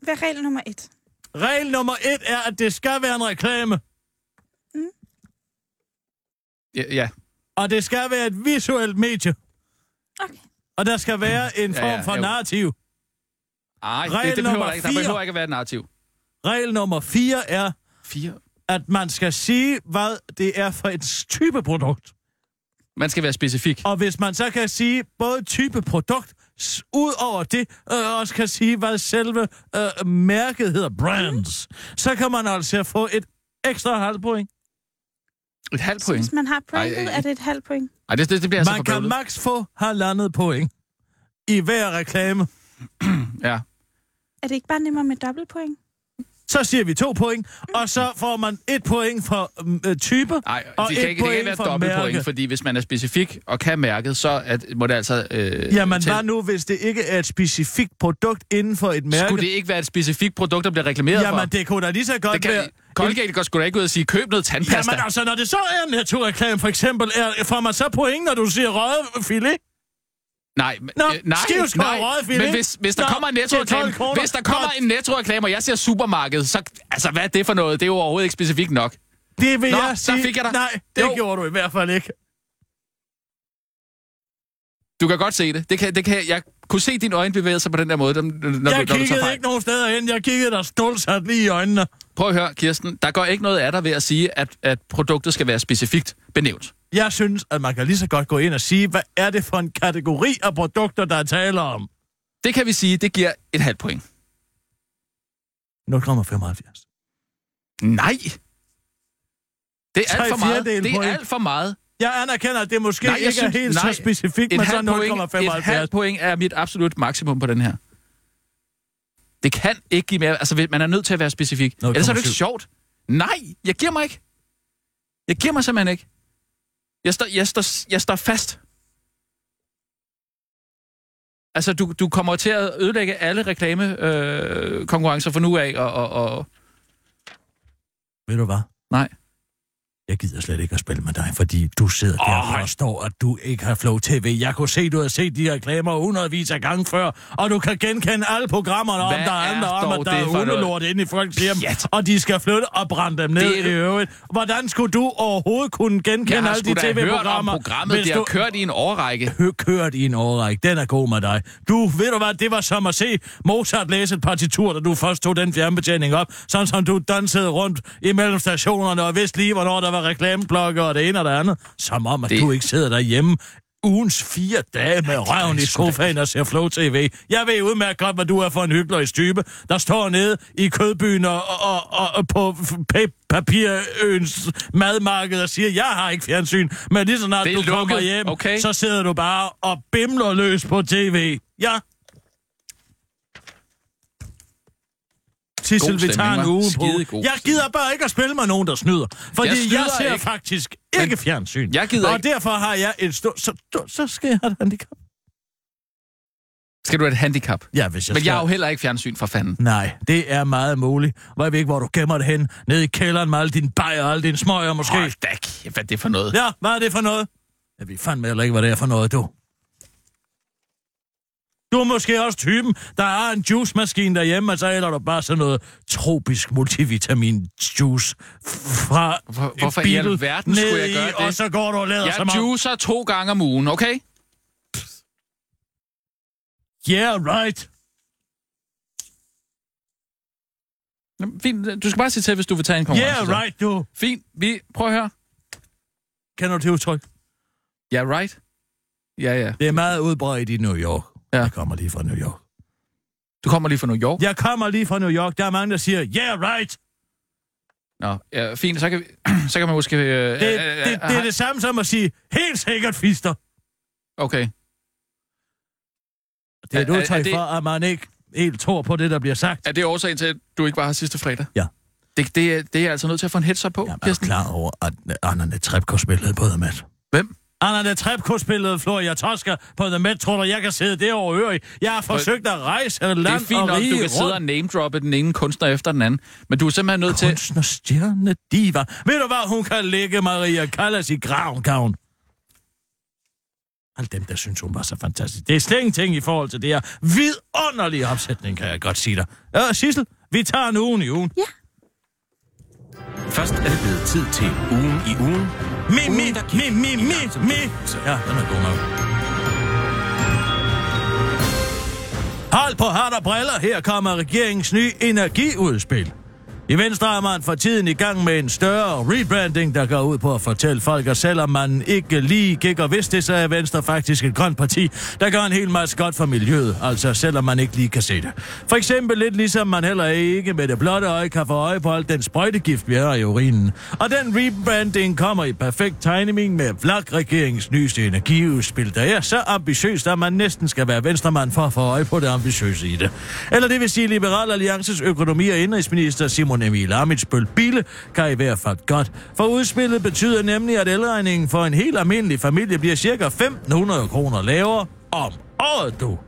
Speaker 12: Hvad er regel nummer et?
Speaker 4: Regel nummer et er, at det skal være en reklame.
Speaker 5: Ja, ja.
Speaker 4: Og det skal være et visuelt medie.
Speaker 12: Okay.
Speaker 4: Og der skal være en
Speaker 5: Ja,
Speaker 4: form
Speaker 5: ja,
Speaker 4: for
Speaker 5: jo.
Speaker 4: narrativ.
Speaker 5: Ej,
Speaker 4: Regel
Speaker 5: det, det behøver
Speaker 4: nummer
Speaker 5: der ikke. Der
Speaker 4: fire.
Speaker 5: behøver ikke at være et narrativ.
Speaker 4: Regel nummer 4 er,
Speaker 5: Fire.
Speaker 4: at man skal sige, hvad det er for et type produkt.
Speaker 5: Man skal være specifik.
Speaker 4: Og hvis man så kan sige både type produkt, s- ud over det, øh, også kan sige, hvad selve øh, mærket hedder, brands, så kan man altså få et ekstra halvt point.
Speaker 5: Et halvt point.
Speaker 12: Hvis man har
Speaker 5: Ej,
Speaker 12: printet,
Speaker 5: ej.
Speaker 12: er det et halvt point.
Speaker 5: Ej, det, det, det bliver altså for
Speaker 4: Man kan
Speaker 5: bøvlet.
Speaker 4: maks få halvandet point i hver reklame.
Speaker 5: Ja.
Speaker 12: Er det ikke bare nemmere med dobbelt point?
Speaker 4: Så siger vi to point, og så får man et point for øh, type,
Speaker 5: Nej,
Speaker 4: og
Speaker 5: det
Speaker 4: et
Speaker 5: kan ikke, det kan ikke være
Speaker 4: for
Speaker 5: dobbelt
Speaker 4: mærke.
Speaker 5: point, fordi hvis man er specifik og kan mærket, så at, må det altså... Øh,
Speaker 4: Jamen,
Speaker 5: tælle.
Speaker 4: hvad nu, hvis det ikke er et specifikt produkt inden for et mærke?
Speaker 5: Skulle det ikke være et specifikt produkt, der bliver reklameret for?
Speaker 4: Jamen, det kunne da lige så godt
Speaker 5: det kan,
Speaker 4: være...
Speaker 5: Colgate går sgu da ikke ud og sige, køb noget tandpasta.
Speaker 4: Jamen altså, når det så er en naturreklame, for eksempel, er, får man så point, når du siger røget filet?
Speaker 5: nej, men-
Speaker 4: Nå,
Speaker 5: øh, nej,
Speaker 4: skiveskål og røget filet.
Speaker 5: Men hvis, hvis der
Speaker 4: Nå,
Speaker 5: kommer en
Speaker 4: det er 12
Speaker 5: nettoreklame,
Speaker 4: kroner.
Speaker 5: hvis der kommer
Speaker 4: Godt.
Speaker 5: en nettoreklame, og jeg siger supermarked, så altså, hvad er det for noget? Det er jo overhovedet ikke specifikt nok.
Speaker 4: Det vil
Speaker 5: Nå,
Speaker 4: jeg
Speaker 5: så
Speaker 4: sige.
Speaker 5: fik jeg dig.
Speaker 4: Nej, det
Speaker 5: Jo.
Speaker 4: gjorde du i hvert fald ikke.
Speaker 5: Du kan godt se det. det, kan, det kan, jeg kunne se dine øjne bevæge sig på den der måde, dem- når, når
Speaker 4: jeg
Speaker 5: du tager
Speaker 4: kiggede
Speaker 5: fejl.
Speaker 4: ikke nogen steder hen. Jeg kiggede dig stolsat lige i øjnene.
Speaker 5: Prøv at høre, Kirsten. Der går ikke noget af dig ved at sige, at, at produktet skal være specifikt benævnt.
Speaker 4: Jeg synes, at man kan lige så godt gå ind og sige, hvad er det for en kategori af produkter, der er tale om?
Speaker 5: Det kan vi sige, det giver et halvt point.
Speaker 4: 0,75.
Speaker 5: Nej! Det er
Speaker 4: Tre
Speaker 5: alt for meget.
Speaker 4: fjerdedele
Speaker 5: Det er
Speaker 4: point.
Speaker 5: alt for meget.
Speaker 4: Jeg anerkender, at det måske
Speaker 5: Nej,
Speaker 4: nej,
Speaker 5: jeg
Speaker 4: ikke
Speaker 5: synes-
Speaker 4: er helt
Speaker 5: nej.
Speaker 4: så specifikt, men så
Speaker 5: point, et halvt
Speaker 4: 0,75.
Speaker 5: point er mit absolut maksimum på den her. Det kan ikke give mere. Altså, man er nødt til at være specifik. Ellers er det ikke
Speaker 4: 0,7.
Speaker 5: sjovt. Nej, jeg giver mig ikke. Jeg giver mig simpelthen ikke. Jeg står, jeg står, jeg står fast. Altså, du, du kommer til at ødelægge alle reklamekonkurrencer øh, konkurrencer fra nu af, og, og, og...
Speaker 4: Ved du hvad?
Speaker 5: Nej.
Speaker 4: Jeg gider slet ikke at spille med dig, fordi du sidder oh, der og forstår, at du ikke har Flow TV. Jeg kunne se, at du har set de reklamer hundredvis af gange før, og du kan genkende alle programmerne om,
Speaker 5: Hvad
Speaker 4: der
Speaker 5: er
Speaker 4: handler om,
Speaker 5: dog
Speaker 4: at der
Speaker 5: det
Speaker 4: er
Speaker 5: for noget?
Speaker 4: hundelort inde i folks hjem,
Speaker 5: Pjat.
Speaker 4: og de skal flytte og brænde dem ned
Speaker 5: Det er
Speaker 4: i
Speaker 5: jo-
Speaker 4: øvrigt. Hvordan skulle du overhovedet kunne
Speaker 5: Jeg
Speaker 4: genkende
Speaker 5: har
Speaker 4: alle
Speaker 5: sgu
Speaker 4: de
Speaker 5: da hørt om
Speaker 4: tv-programmer,
Speaker 5: programmet, det har kørt i en årrække.
Speaker 4: hø- kørt i en årrække. Den er god med dig. Du, ved du hvad, det var som at se Mozart læse et partitur, da du først tog den fjernbetjening op, sådan som du dansede rundt imellem stationerne og vidste lige, hvornår der var reklameblokker og det ene og det andet. Som om, at det...
Speaker 5: Det-
Speaker 4: du ikke sidder derhjemme ugens fire dage med røven i sofaen og ser Flow TV. Jeg ved udmærket godt, hvad du er for en hyggelig type, der står nede i kødbyen og, og, og, og på f- pa- papirøens madmarked og siger, jeg har ikke fjernsyn, men lige så snart
Speaker 5: Det er
Speaker 4: du kommer
Speaker 5: lukket.
Speaker 4: hjem,
Speaker 5: Okay.
Speaker 4: så sidder du bare og bimler løs på tv. Ja.
Speaker 5: God
Speaker 4: Sissel, vi
Speaker 5: stemning,
Speaker 4: tager en
Speaker 5: hva'?
Speaker 4: uge på.
Speaker 5: Skidegod
Speaker 4: Jeg gider bare ikke at spille med nogen, der snyder. Fordi jeg,
Speaker 5: snyder
Speaker 4: jeg ser
Speaker 5: ikke.
Speaker 4: faktisk ikke
Speaker 5: Men
Speaker 4: fjernsyn.
Speaker 5: jeg gider
Speaker 4: og
Speaker 5: ikke.
Speaker 4: derfor har jeg et stort... Så, så- så skal jeg have et handicap.
Speaker 5: Skal du have et handicap?
Speaker 4: Ja, hvis jeg
Speaker 5: Men
Speaker 4: skal.
Speaker 5: jeg har jo heller ikke fjernsyn for fanden.
Speaker 4: Nej, det er meget muligt. Hvor jeg ved ikke, hvor du gemmer det hen. Nede i kælderen med alle dine bajer og alle dine smøger måske.
Speaker 5: Hold da kæft, hvad er det for noget?
Speaker 4: Ja, hvad er det for noget? Jeg ved fandme heller ikke, hvad det er for noget, du. Du er måske også typen, der har en juicemaskine derhjemme, og så hælder du bare sådan noget tropisk multivitamin-juice fra
Speaker 5: Hvor-
Speaker 4: en
Speaker 5: hvorfor i
Speaker 4: bil
Speaker 5: alverden skulle
Speaker 4: ned
Speaker 5: jeg
Speaker 4: i,
Speaker 5: gøre det?
Speaker 4: Og så går du og lader som
Speaker 5: Jeg
Speaker 4: om...
Speaker 5: juicer to gange om ugen, okay?
Speaker 4: Yeah, right.
Speaker 5: Jamen, Fint, du skal bare sige til, hvis du vil tage en konkurrence.
Speaker 4: Yeah,
Speaker 5: altså så.
Speaker 4: right, du.
Speaker 5: Fint, vi... Prøv at høre.
Speaker 4: Kender du det udtryk?
Speaker 5: Ja, right. Ja, ja.
Speaker 4: Det er meget udbredt i New York.
Speaker 5: Ja.
Speaker 4: Jeg kommer lige fra New York.
Speaker 5: Du kommer lige fra New York.
Speaker 4: Jeg kommer lige fra New York. Der er mange, der siger, yeah, right.
Speaker 5: Nå, ja, fint, så kan, vi, så kan man måske... Øh, det,
Speaker 4: Det, det, det er det samme som at sige, helt sikkert, fister.
Speaker 5: Okay.
Speaker 4: Det er et
Speaker 5: Er- er-
Speaker 4: udtryk
Speaker 5: er det-
Speaker 4: for, at man ikke helt tror på det, der bliver sagt.
Speaker 5: Er det årsagen til, at du ikke var her sidste fredag?
Speaker 4: Ja.
Speaker 5: Det, det, er- det er jeg altså nødt til at få en heads up på,
Speaker 4: Jamen, er du
Speaker 5: Kirsten.
Speaker 4: klar over, at Anna Netrebko spillede på The Met?
Speaker 5: Hvem?
Speaker 4: Anna Netrebko spillede Floria Tosca på The Met, tror du, jeg kan sidde det over øre i. Jeg har forsøgt at rejse land
Speaker 5: Det er fint
Speaker 4: og
Speaker 5: nok,
Speaker 4: rige
Speaker 5: du kan sidde og
Speaker 4: rundt.
Speaker 5: name-droppe den ene kunstner efter den anden, men du er simpelthen nødt til...
Speaker 4: Kunstnerstjerne diva. Ved du hvad, hun kan ligge Maria Callas i graven, kan hun? Alle dem, der synes, hun var så fantastisk. Det er slet ingenting i forhold til det her vidunderlige opsætning, kan jeg godt sige dig. Ja, Sissel, vi tager en ugen i ugen.
Speaker 11: Først er det blevet tid til ugen i ugen.
Speaker 4: Mi, mi, mi, mi, mi, mi. Ja, den er god nok. Hold på hat og briller, her kommer regeringens nye energiudspil. I Venstre er man for tiden i gang med en større rebranding, der går ud på at fortælle folk, at selvom man ikke lige gik og vidste det, så er Venstre faktisk et grønt parti, der gør en hel masse godt for miljøet, altså selvom man ikke lige kan se det. For eksempel lidt ligesom man heller ikke med det blotte øje kan få øje på alt den sprøjtegift, vi har i urinen. Og den rebranding kommer i perfekt timing med Vlak-regeringens nyeste energiudspil, der er så ambitiøst, at man næsten skal være venstremand for at få øje på det ambitiøse i det. Eller det vil sige, Liberal Alliances økonomi- og indrigsminister Simon Emil Amitsbøl Bille kan i hvert fald godt. For udspillet betyder nemlig, at elregningen for en helt almindelig familie bliver ca. 1.500 kroner lavere om året, du.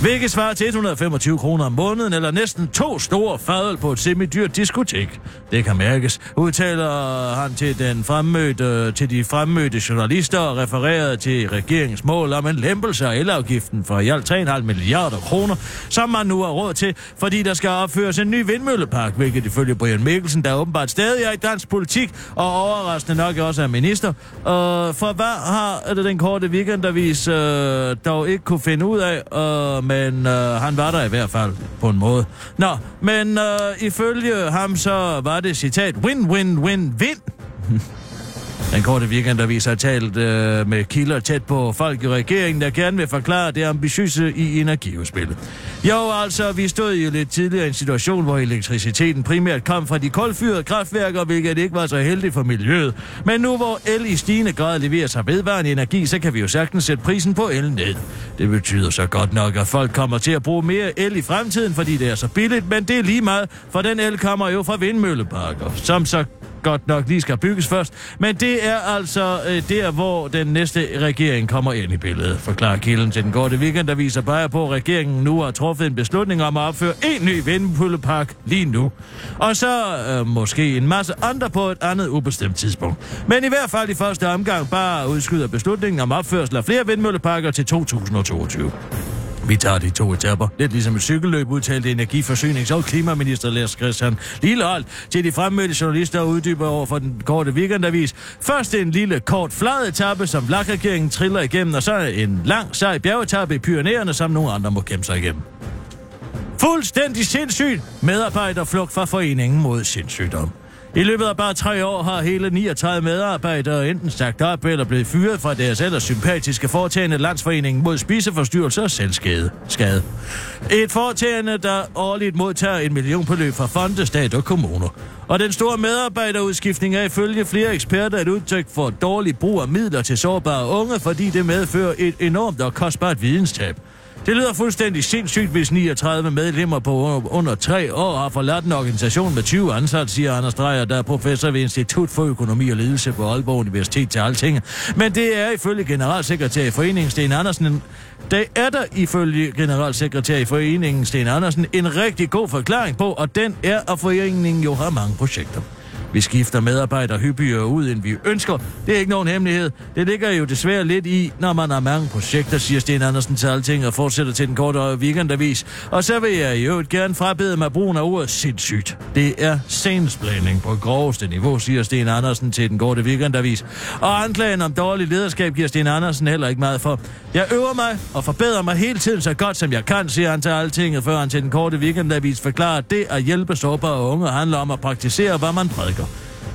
Speaker 4: Hvilket svarer til 125 kroner om måneden, eller næsten to store fadøl på et semidyrt diskotek. Det kan mærkes, udtaler han til, den fremmødte, til de fremmødte journalister og refererer til regeringens mål om en lempelse af elafgiften for i alt 3,5 milliarder kroner, som man nu har råd til, fordi der skal opføres en ny vindmøllepark, hvilket ifølge Brian Mikkelsen, der åbenbart stadig er i dansk politik, og overraskende nok også er minister. Øh, for hvad har den korte weekendavis øh, dog ikke kunne finde ud af, øh, men øh, han var der i hvert fald på en måde. Nå, men øh, ifølge ham så var det citat win-win-win-win. Den korte weekendavis har talt øh, med kilder tæt på folk i regeringen, der gerne vil forklare det ambitiøse i energiudspillet. Jo, altså, vi stod jo lidt tidligere i en situation, hvor elektriciteten primært kom fra de koldfyrede kraftværker, hvilket ikke var så heldigt for miljøet. Men nu hvor el i stigende grad leverer sig vedvarende energi, så kan vi jo sagtens sætte prisen på el ned. Det betyder så godt nok, at folk kommer til at bruge mere el i fremtiden, fordi det er så billigt, men det er lige meget, for den el kommer jo fra vindmølleparker, som så godt nok lige skal bygges først. Men det er altså øh, der, hvor den næste regering kommer ind i billedet, forklarer kilden til den korte weekend, der viser peger på, at regeringen nu har truffet en beslutning om at opføre en ny vindmøllepark lige nu. Og så øh, måske en masse andre på et andet ubestemt tidspunkt. Men i hvert fald i første omgang bare udskyder beslutningen om opførsel af flere vindmølleparker til 2022. Vi tager det i to etapper. Lidt ligesom et cykelløb, udtalte energi-, forsynings- og klimaminister Lars Christian Lillehold til de fremmødte journalister og uddyber over for den korte weekendavis. Først en lille kort flad etape, som vlakregeringen triller igennem, og så en lang sej bjergetappe i Pyreneerne, som nogle andre må kæmpe sig igennem. Fuldstændig sindssygt! Medarbejderflugt fra Foreningen mod Sindssygdom. I løbet af bare tre år har hele 39 medarbejdere enten sagt op eller blevet fyret fra deres ellers sympatiske foretagende Landsforening mod spiseforstyrrelser og selvskade. Skade. Et foretagende, der årligt modtager en millionbeløb fra fonde, stat og kommuner. Og den store medarbejderudskiftning er ifølge flere eksperter et udtryk for dårlig brug af midler til sårbare unge, fordi det medfører et enormt og kostbart videnstab. Det lyder fuldstændig sindssygt, hvis 39 medlemmer på under, under tre år har forladt en organisation med 20 ansatte, siger Anders Dreyer, der er professor ved Institut for Økonomi og Ledelse på Aalborg Universitet til Alting. Men det er ifølge generalsekretær i foreningen Sten Andersen en det er der ifølge generalsekretær i foreningen Sten Andersen en rigtig god forklaring på, og den er, at foreningen jo har mange projekter. Vi skifter medarbejdere hyppigere ud, end vi ønsker. Det er ikke nogen hemmelighed. Det ligger jo desværre lidt i, når man har mange projekter, siger Sten Andersen til alting og fortsætter til den korte weekendavis. Og så vil jeg i øvrigt gerne frabede mig brugen af ordet sindssygt. Det er sensblanding på groveste niveau, siger Sten Andersen til den korte weekendavis. Og anklagen om dårlig lederskab giver Sten Andersen heller ikke meget for. Jeg øver mig og forbedrer mig hele tiden så godt, som jeg kan, siger han til altinget, før han til den korte weekendavis forklarer, at det at hjælpe sårbare unge handler om at praktisere, hvad man prædiker.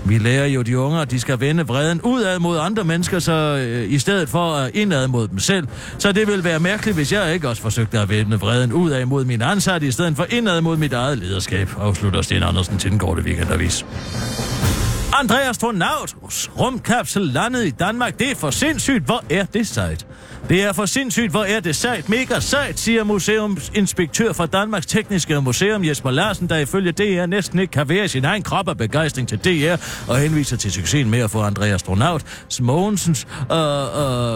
Speaker 4: Vi lærer jo de unge, at de skal vende vreden udad mod andre mennesker, så øh, i stedet for at indad mod dem selv. Så det ville være mærkeligt, hvis jeg ikke også forsøgte at vende vreden udad mod mine ansatte, i stedet for indad mod mit eget lederskab, afslutter Sten Andersen til den korte weekendavis. Andreas Tornautos rumkapsel landede i Danmark. Det er for sindssygt. Hvor er det sejt? Det er for sindssygt. Hvor er det sejt? Mega sejt, siger museumsinspektør fra Danmarks Tekniske Museum Jesper Larsen, der ifølge DR næsten ikke kan være i sin egen krop af begejstring til DR og henviser til succesen med at få Andreas Tornaut Mogensens øh, øh,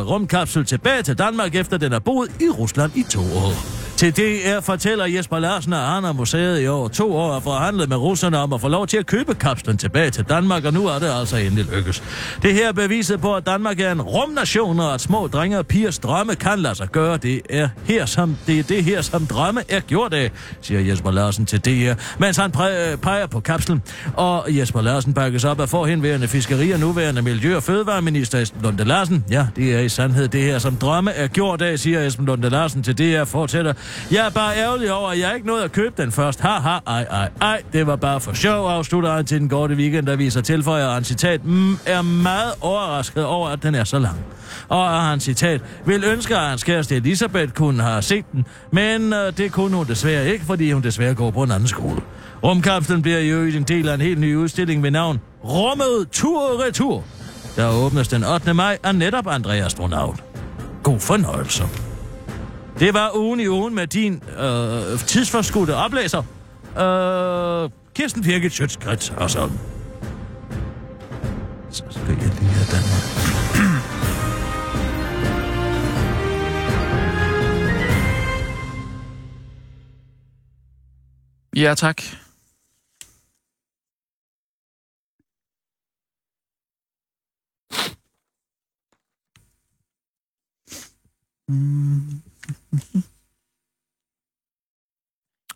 Speaker 4: rumkapsel tilbage til Danmark, efter den har boet i Rusland i to år. Til DR fortæller Jesper Larsen, at han og museet i over to år har forhandlet med russerne om at få lov til at købe kapslen tilbage til Danmark, og nu er det altså endelig lykkes. Det her er beviset på, at Danmark er en rumnation, og at små drenge og pigers drømme kan lade sig gøre. Det er, her, som, det, er det her, som drømme er gjort af, siger Jesper Larsen til DR, mens han præ- øh, peger på kapslen. Og Jesper Larsen bakkes op af forhenværende fiskeri og nuværende miljø- og fødevareminister Esben Lunde Larsen. Ja, det er i sandhed det her, som drømme er gjort af, siger Esben Lunde Larsen til DR, fortsætter jeg er bare ærgerlig over, at jeg ikke nåede at købe den først. Ha, ha, ej, ej, ej. Det var bare for sjov, afslutter han til den korte weekend, der viser tilføjer han citat, mm, er meget overrasket over, at den er så lang. Og at han citat, vil ønske, at hans kæreste Elisabeth kunne have set den, men øh, det kunne hun desværre ikke, fordi hun desværre går på en anden skole. Rumkapslen bliver i øvrigt en del af en helt ny udstilling ved navn Rummet Tur Retur, der åbnes den 8. maj af netop Andreas Astronaut. God fornøjelse. Det var ugen i ugen med din øh, tidsforskudte oplæser. Øh, Kirsten Birke Tjøtskrets og sådan. Så skal jeg lige have Danmark.
Speaker 5: Ja, tak.
Speaker 4: Mm.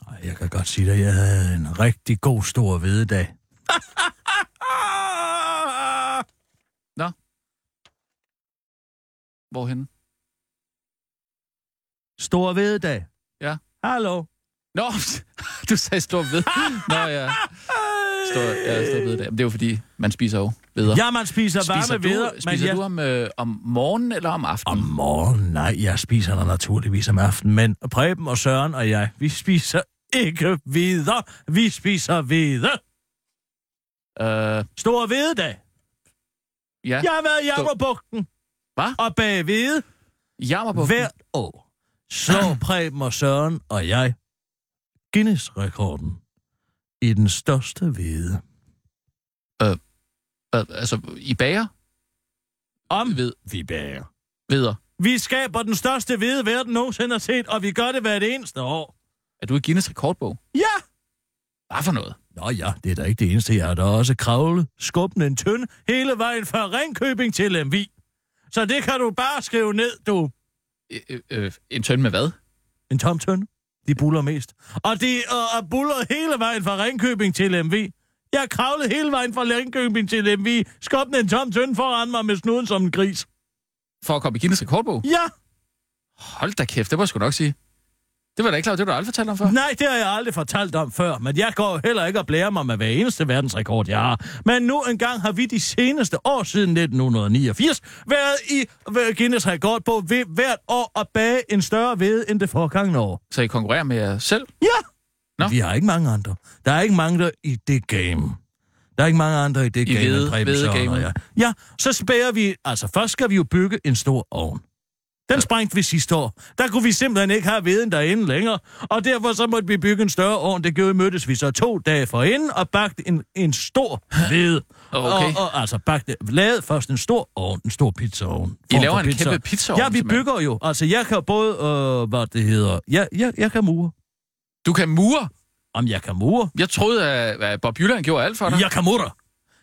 Speaker 4: Ej, jeg kan godt sige dig, jeg havde en rigtig god stor hvededag.
Speaker 5: Nå. Hvorhenne?
Speaker 4: Stor hvededag.
Speaker 5: Ja.
Speaker 4: Hallo.
Speaker 5: Nå, du sagde stor ved. Nå ja. Stor, ja, stor ved det. det er jo fordi, man spiser jo videre.
Speaker 4: Ja, man spiser,
Speaker 5: Spiser
Speaker 4: varme
Speaker 5: du,
Speaker 4: hveder. men
Speaker 5: spiser
Speaker 4: jeg-
Speaker 5: du om, øh, om morgenen eller om
Speaker 4: Om
Speaker 5: aftenen?
Speaker 4: morgenen, nej, jeg spiser der naturligvis om aftenen, men Preben og Søren og jeg, vi spiser ikke videre. Vi spiser videre.
Speaker 5: Øh,
Speaker 4: Stor hvededag.
Speaker 5: ja.
Speaker 4: Jeg har været i Jammerbugten.
Speaker 5: Hvad?
Speaker 4: Og bag hvede
Speaker 5: Jammerbukken.
Speaker 4: hvert år slår Preben og Søren og jeg Guinness-rekorden i den største hvede.
Speaker 5: Hvad, altså, I bager?
Speaker 4: Om
Speaker 5: ved.
Speaker 4: vi bager.
Speaker 5: Veder.
Speaker 4: Vi skaber den største hvide verden nogensinde har set, og vi gør det hvert eneste år.
Speaker 5: Er du i Guinness rekordbog?
Speaker 4: Ja!
Speaker 5: Hvad for noget?
Speaker 4: Nå ja, det er da ikke det eneste. Jeg har da også kravlet, skubben en tynd, hele vejen fra Ringkøbing til MV. Så det kan du bare skrive ned, du.
Speaker 5: Øh, øh, øh, en tønde med hvad?
Speaker 4: En tom tønde. De buller mest. Og de øh, er buller hele vejen fra Ringkøbing til MV. Jeg har kravlet hele vejen fra Ringkøbing til MV, skubben en tom tønde foran mig med snuden som en gris.
Speaker 5: For at komme i Guinness rekordbog?
Speaker 4: Ja!
Speaker 5: Hold da kæft, det må jeg sgu nok sige. Det var da ikke klart, det var du aldrig fortalt om før.
Speaker 4: Nej, det har jeg aldrig fortalt om før, men jeg går heller ikke og blærer mig med hver eneste verdensrekord, jeg har. Men nu engang har vi de seneste år siden 1989 været i været Guinness rekord på ved hvert år at bage en større ved end det forgangne år.
Speaker 5: Så I konkurrerer med jer selv?
Speaker 4: Ja!
Speaker 5: Nå.
Speaker 4: Vi har ikke mange andre. Der er ikke mange der i det game. Der er ikke mange andre i det
Speaker 5: I
Speaker 4: game. end
Speaker 5: hvede-
Speaker 4: Preben
Speaker 5: hvede
Speaker 4: Sørensen og
Speaker 5: gamet.
Speaker 4: jeg. Ja, så spærer vi... Altså, først skal vi jo bygge en stor ovn. Den sprængte vi sidste år. Der kunne vi simpelthen ikke have viden derinde længere, og derfor så måtte vi bygge en større ovn. Det gjorde mødtes vi så to dage forinden og bagte en, en stor hvede.
Speaker 5: Okay.
Speaker 4: Og, og, altså bagte, lavede først en stor ovn, en stor pizzaovn.
Speaker 5: I
Speaker 4: Form
Speaker 5: laver
Speaker 4: for
Speaker 5: en kæmpe pizzaovn,
Speaker 4: Ja, vi
Speaker 5: simpelthen.
Speaker 4: bygger jo. Altså, jeg kan både, øh, hvad det hedder, jeg, jeg, jeg kan mure.
Speaker 5: Du kan mure.
Speaker 4: Om jeg kan mure?
Speaker 5: Jeg troede, at at Bob Jylland gjorde alt for dig.
Speaker 4: Jeg kan mure.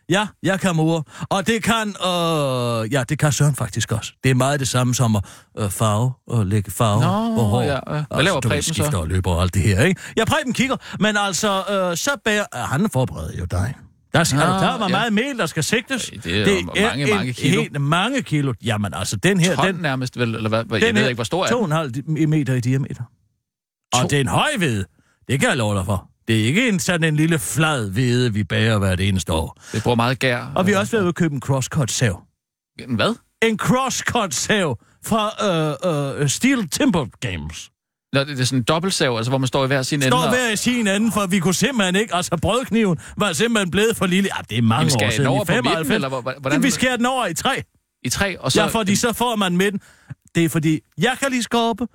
Speaker 4: Ja, jeg kan mure. Og det kan, øh, ja, det kan Søren faktisk også. Det er meget det samme som at øh, farve, og lægge farve
Speaker 5: Nå,
Speaker 4: på hår. Altså,
Speaker 5: ja, ja. Hvad laver
Speaker 4: du ved,
Speaker 5: Preben så?
Speaker 4: skifter og løber og alt det her, ikke? Ja, Preben kigger, men altså, øh, så bærer... Øh, han forbereder jo dig. Der skal, er
Speaker 5: Nå,
Speaker 4: du klar, hvor
Speaker 5: ja.
Speaker 4: meget mel, der skal sigtes?
Speaker 5: Øh, det er jo mange, mange kilo.
Speaker 4: Helt mange kilo. Jamen altså, den her...
Speaker 5: Ton
Speaker 4: den,
Speaker 5: nærmest, vel, eller hvad? Altså, Jeg ved
Speaker 4: her-
Speaker 5: ikke, hvor stor er den.
Speaker 4: 2,5 meter i diameter.
Speaker 5: To-
Speaker 4: Og det er en høj ved. Det kan jeg love dig for. Det er ikke en sådan en lille flad hvede, vi bager hvert eneste år.
Speaker 5: Det bruger meget gær.
Speaker 4: Og vi har også været ude at købe en crosscut-sav.
Speaker 5: En Hvad?
Speaker 4: En crosscut-sav fra øh, øh, Steel Timber Games.
Speaker 5: Nå, det det er sådan en dobbeltsav, altså hvor man står i hver sin ende.
Speaker 4: Står
Speaker 5: og-
Speaker 4: hver i sin anden, for vi kunne simpelthen ikke... Altså, brødkniven var simpelthen blevet for lille. Ja, det er mange
Speaker 5: Jamen, skal
Speaker 4: år
Speaker 5: jeg
Speaker 4: siden.
Speaker 5: den over
Speaker 4: I
Speaker 5: på midten,
Speaker 4: 95.
Speaker 5: eller hvor- hvordan-
Speaker 4: Vi skærer den over i tre.
Speaker 5: I tre, og så...
Speaker 4: Så, ja, fordi så får man midten. Det er fordi, jeg kan lige skorpe,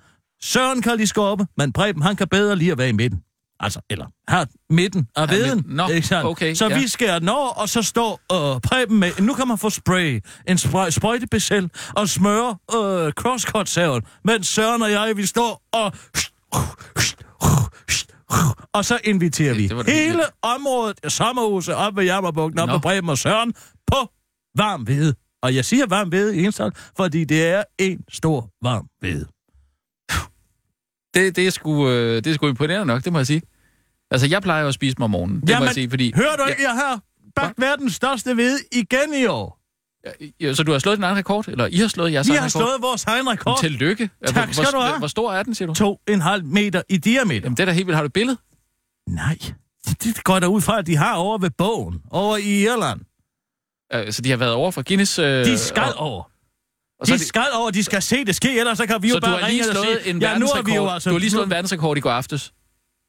Speaker 4: Søren kan lige skorpe, men Preben, han kan bedre lige at være i midten. Altså, eller her midten af
Speaker 5: Ja,
Speaker 4: veden.
Speaker 5: midten. Nå,
Speaker 4: ikke sandt?
Speaker 5: okay,
Speaker 4: så
Speaker 5: ja.
Speaker 4: vi skærer den over, og så står øh, Preben med... Nu kan man få spray, en spray, sprøjtebesæl, og smøre øh, crosscut saven mens Søren og jeg, vi står og... Og så inviterer
Speaker 5: Det-
Speaker 4: vi
Speaker 5: det var da
Speaker 4: hele
Speaker 5: vildt.
Speaker 4: området, sommerhuset op ved Jammerbugten, op
Speaker 5: Nå.
Speaker 4: ved Preben og Søren, på varm hvede. Og jeg siger varm hvede i enstånd, fordi det er en stor varm hvede.
Speaker 5: Det, det, er sgu, øh, det er sgu imponerende nok, det må jeg sige. Altså, jeg plejer jo at spise mig om morgenen. Det må jeg sige, fordi...
Speaker 4: hører du ikke, jeg har bagt verdens største hvede igen i år.
Speaker 5: Ja, så du har slået din egen rekord? Eller I Altså, har slået jeres
Speaker 4: Vi
Speaker 5: egen
Speaker 4: har
Speaker 5: rekord?
Speaker 4: slået vores egen rekord. Til
Speaker 5: Tillykke. Ja,
Speaker 4: Tak
Speaker 5: hvor,
Speaker 4: skal
Speaker 5: hvor,
Speaker 4: du have.
Speaker 5: Hvor stor er den, siger du?
Speaker 4: to en halv meter i diameter.
Speaker 5: Jamen, det er da helt vildt. Har du et billede?
Speaker 4: Nej, det går der ud fra, at de har over ved bogen, over i Irland.
Speaker 5: Øh, så de har været over fra Guinness... Øh,
Speaker 4: De skal
Speaker 5: og,
Speaker 4: over.
Speaker 5: og så er
Speaker 4: De skal over, de skal se det ske, ellers så kan vi jo
Speaker 5: så du
Speaker 4: bare
Speaker 5: har lige
Speaker 4: ringe og
Speaker 5: slået
Speaker 4: sige,
Speaker 5: en
Speaker 4: ja, nu er
Speaker 5: verdensrekord.
Speaker 4: vi jo altså...
Speaker 5: Du har lige slået en verdensrekord i går aftes.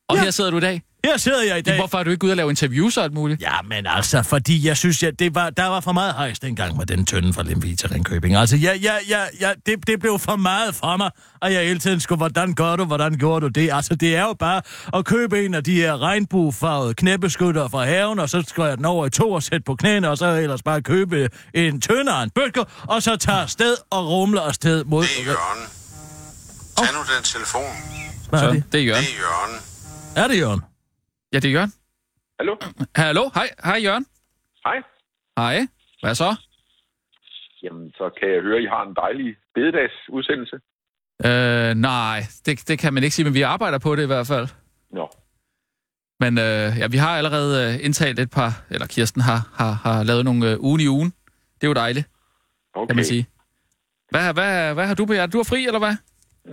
Speaker 5: Og
Speaker 4: Ja.
Speaker 5: her sidder du i dag.
Speaker 4: Her sidder jeg i dag.
Speaker 5: Hvorfor er du ikke ude og lave interviews og alt muligt?
Speaker 4: Ja, men altså, fordi jeg synes, at det var, der var for meget hejs dengang med den tønde fra Lemvig til Ringkøbing. Altså, jeg, jeg, jeg, jeg, det, det blev for meget fra mig, og jeg hele tiden skulle, hvordan gør du, hvordan gjorde du det? Altså, det er jo bare at købe en af de her regnbuefarvede knæbeskytter fra haven, og så skal jeg den over i to og sætte på knæene, og så ellers bare købe en tønde og en bøtker, og så tager afsted og rumler afsted mod...
Speaker 13: Det er Jørgen. Tag nu den telefon.
Speaker 4: Hvad er det?
Speaker 5: det er Jørgen.
Speaker 13: Det er Jørgen.
Speaker 4: Er det, Jørgen?
Speaker 5: Ja, det er Jørgen.
Speaker 14: Hallo?
Speaker 5: Hallo? Hej, hej Jørgen.
Speaker 14: Hej.
Speaker 5: Hej. Hvad så?
Speaker 14: Jamen, så kan jeg høre, at I har en dejlig bededagsudsendelse.
Speaker 5: Øh, nej, det, det kan man ikke sige, men vi arbejder på det i hvert fald.
Speaker 14: Nå.
Speaker 5: Men øh, ja, vi har allerede øh, indtalt et par, eller Kirsten har, har, har lavet nogle øh, ugen i ugen. Det er jo dejligt,
Speaker 14: Okay.
Speaker 5: kan man sige. Hvad, hvad, hvad har du på jer? Du er fri, eller hvad?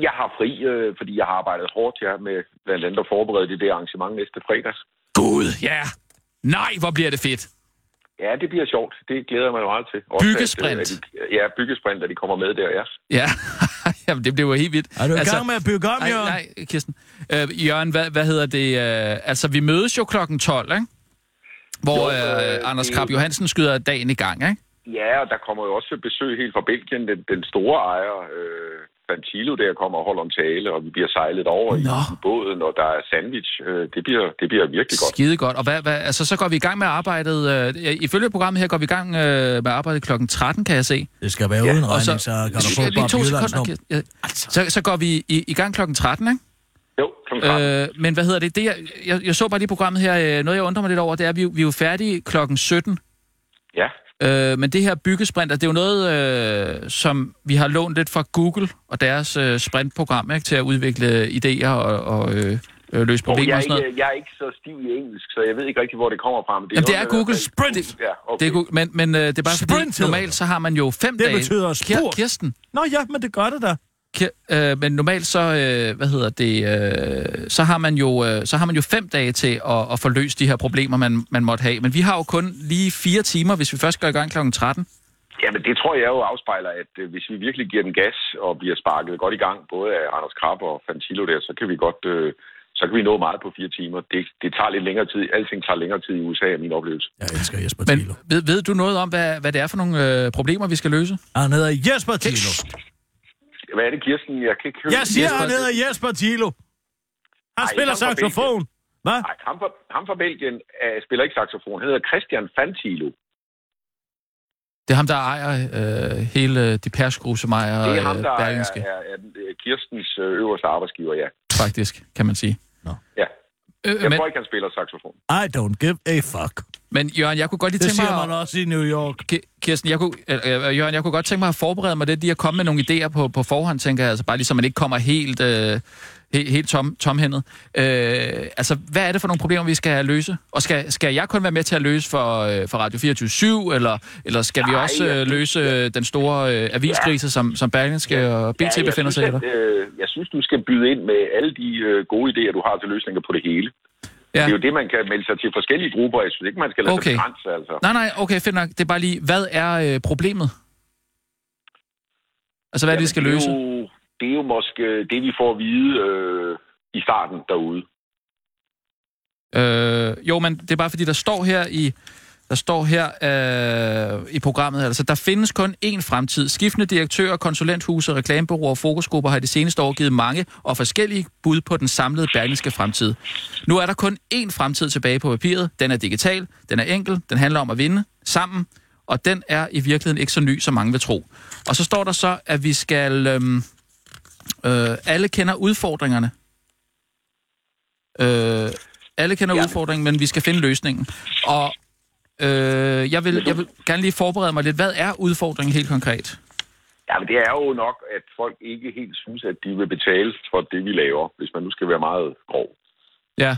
Speaker 14: Jeg har fri, øh, fordi jeg har arbejdet hårdt her med blandt andet at forberede det der arrangement næste fredag.
Speaker 5: Gud, ja. Yeah. Nej, hvor bliver det fedt.
Speaker 14: Ja, det bliver sjovt. Det glæder jeg mig meget til. Også,
Speaker 5: Byggesprint.
Speaker 14: At, øh, at de, ja, byggesprint, at de kommer med der, ja.
Speaker 5: Ja, Jamen, det bliver jo helt vildt.
Speaker 4: Er du i gang med at bygge om,
Speaker 5: nej,
Speaker 4: Jørgen?
Speaker 5: Altså, nej, Kirsten. Øh, Jørgen, hvad, hvad hedder det? Øh, altså, vi mødes jo klokken 12, ikke? Hvor
Speaker 14: Jo, øh,
Speaker 5: øh, Anders
Speaker 14: det-
Speaker 5: Krab Johansen skyder dagen i gang, ikke?
Speaker 14: Ja, og der kommer jo også besøg helt fra Belgien, den, den store ejer, øh, Fantilo der kommer og holder en tale, og vi bliver sejlet over i,
Speaker 5: Nå.
Speaker 14: i båden, og der er sandwich. Øh, Det bliver, det bliver virkelig godt.
Speaker 5: Skide godt. Og hvad, hvad, altså, så går vi i gang med arbejdet. Øh, ifølge programmet her går vi i gang øh, med arbejdet klokken 13, kan jeg se.
Speaker 4: Det skal være ja, uden
Speaker 5: Og
Speaker 4: regning, så kan du få
Speaker 5: Ja, lige
Speaker 4: Bob
Speaker 5: to
Speaker 4: Jyllands
Speaker 5: sekunder. Altså.
Speaker 4: nummer.
Speaker 5: Kirsten. Ja, Så, så går vi i, i gang klokken 13, ikke?
Speaker 14: Jo, klokken 13.
Speaker 5: Øh, men hvad hedder det? det jeg, jeg, jeg så bare lige programmet her. øh, Noget, jeg undrer mig lidt over, det er, at vi, jo- vi er jo færdige klokken 17.
Speaker 14: Ja.
Speaker 5: Øh, men det her byggesprinter, det er jo noget, øh, som vi har lånt lidt fra Google og deres øh, sprintprogram ikke, til at udvikle idéer og, og øh, øh, løse
Speaker 14: Og jeg,
Speaker 5: problemer
Speaker 14: er
Speaker 5: og sådan noget.
Speaker 14: ikke, jeg er ikke så stiv i engelsk, så jeg ved ikke rigtig, hvor det kommer fra. Men
Speaker 5: Jamen, det
Speaker 14: noget
Speaker 5: er
Speaker 14: med i hvert
Speaker 5: Google
Speaker 14: fald-
Speaker 5: Sprint.
Speaker 14: Ja, okay.
Speaker 5: Det er Google, men, men øh, det er bare fordi,
Speaker 4: Sprint hedder
Speaker 5: normalt så har man jo fem
Speaker 4: Det
Speaker 5: dage.
Speaker 4: betyder
Speaker 5: Kir-
Speaker 4: spurt.
Speaker 5: Kirsten,
Speaker 4: Nå ja, men det gør det da.
Speaker 5: Kir- øh, men normalt så, øh, hvad hedder det, øh, så, har man jo, øh, så har man jo fem dage til at, at få løst de her problemer, man, man måtte have. Men vi har jo kun lige fire timer, hvis vi først går i gang kl. 13.
Speaker 14: Jamen, det tror jeg jo afspejler, at øh, hvis vi virkelig giver den gas og bliver sparket godt i gang, både af Anders Krab og Fantilo der, så kan vi godt... Øh, så kan vi nå meget på fire timer. Det, det tager lidt længere tid. Alting tager længere tid i USA, er min oplevelse.
Speaker 4: Jeg elsker Jesper
Speaker 5: Men
Speaker 4: Thilo.
Speaker 5: ved, ved du noget om, hvad, hvad det er for nogle øh, problemer, vi skal løse?
Speaker 4: Ah, Han hedder Jesper Thilo.
Speaker 14: Hvad er det, Kirsten? Jeg kan ikke høre...
Speaker 4: Jeg siger,
Speaker 5: Jesper-
Speaker 4: han hedder Jesper Thilo. Han
Speaker 14: Ej,
Speaker 4: spiller
Speaker 14: han var
Speaker 4: saxofon. Hvad?
Speaker 14: Nej, ham fra, ham fra Belgien uh, spiller ikke saxofon. Han hedder Christian Fantilo.
Speaker 5: Det er ham, der ejer øh, hele de persgrusemejer
Speaker 14: Det er
Speaker 5: og
Speaker 14: ham,
Speaker 5: øh,
Speaker 14: der er,
Speaker 5: berlingske,
Speaker 14: er, er øh, Kirstens øh, øverste arbejdsgiver, ja.
Speaker 5: faktisk, kan man sige.
Speaker 14: ja.
Speaker 5: Øh,
Speaker 14: Jeg
Speaker 5: men,
Speaker 14: tror ikke, han spiller saxofon.
Speaker 4: I don't give a fuck.
Speaker 5: men Jørgen, jeg kunne godt lige
Speaker 4: Det
Speaker 5: tænke mig...
Speaker 4: siger
Speaker 5: at-
Speaker 4: man også i New York.
Speaker 5: Ki- Kirsten, jeg kunne, eller, øh, Jørgen, jeg kunne godt tænke mig at forberede mig lidt, lige at komme med nogle idéer på, på forhånd, tænker jeg, altså bare lige så man ikke kommer helt, øh, helt, helt tom, tomhændet. Øh, altså, hvad er det for nogle problemer, vi skal løse? Og skal, skal jeg kun være med til at løse for, øh, for Radio 24 eller, eller skal vi
Speaker 14: Nej,
Speaker 5: også
Speaker 14: jeg
Speaker 5: øh,
Speaker 14: synes-
Speaker 5: løse øh, den store øh, aviskrise, som, som Berlingske og BT
Speaker 14: Ja, jeg
Speaker 5: befinder sig i?
Speaker 14: synes,
Speaker 5: eller?
Speaker 14: at, øh, jeg synes, du skal byde ind med alle de øh, gode idéer, du har til løsninger på det hele. Ja. Det er jo det, man kan melde sig til forskellige grupper. Jeg synes ikke, man skal lade okay.
Speaker 5: Okay.
Speaker 14: sig grænse, altså.
Speaker 5: Nej, nej, okay, fedt nok. Det er bare lige, hvad er øh, problemet? Altså, hvad er det, vi skal
Speaker 14: Jamen,
Speaker 5: løse?
Speaker 14: Det er, jo, det er jo måske det, vi får at vide øh, i starten derude.
Speaker 5: Øh, jo, men det er bare fordi, der står her i... Der står her øh, i programmet, altså, der findes kun én fremtid. Skiftende direktører, konsulenthuse, reklamebureauer og fokusgrupper har i de seneste år givet mange og forskellige bud på den samlede berlingske fremtid. Nu er der kun én fremtid tilbage på papiret. Den er digital, den er enkel, den handler om at vinde sammen, og den er i virkeligheden ikke så ny, som mange vil tro. Og så står der så, at vi skal... Øh, øh, alle kender udfordringerne. Øh, alle kender ja. udfordringen, men vi skal finde løsningen. Og øh, jeg, vil, jeg vil gerne lige forberede mig lidt. Hvad er udfordringen helt konkret?
Speaker 14: Jamen, det er jo nok, at folk ikke helt synes, at de vil betale for det, vi laver, hvis man nu skal være meget grov.
Speaker 5: Ja,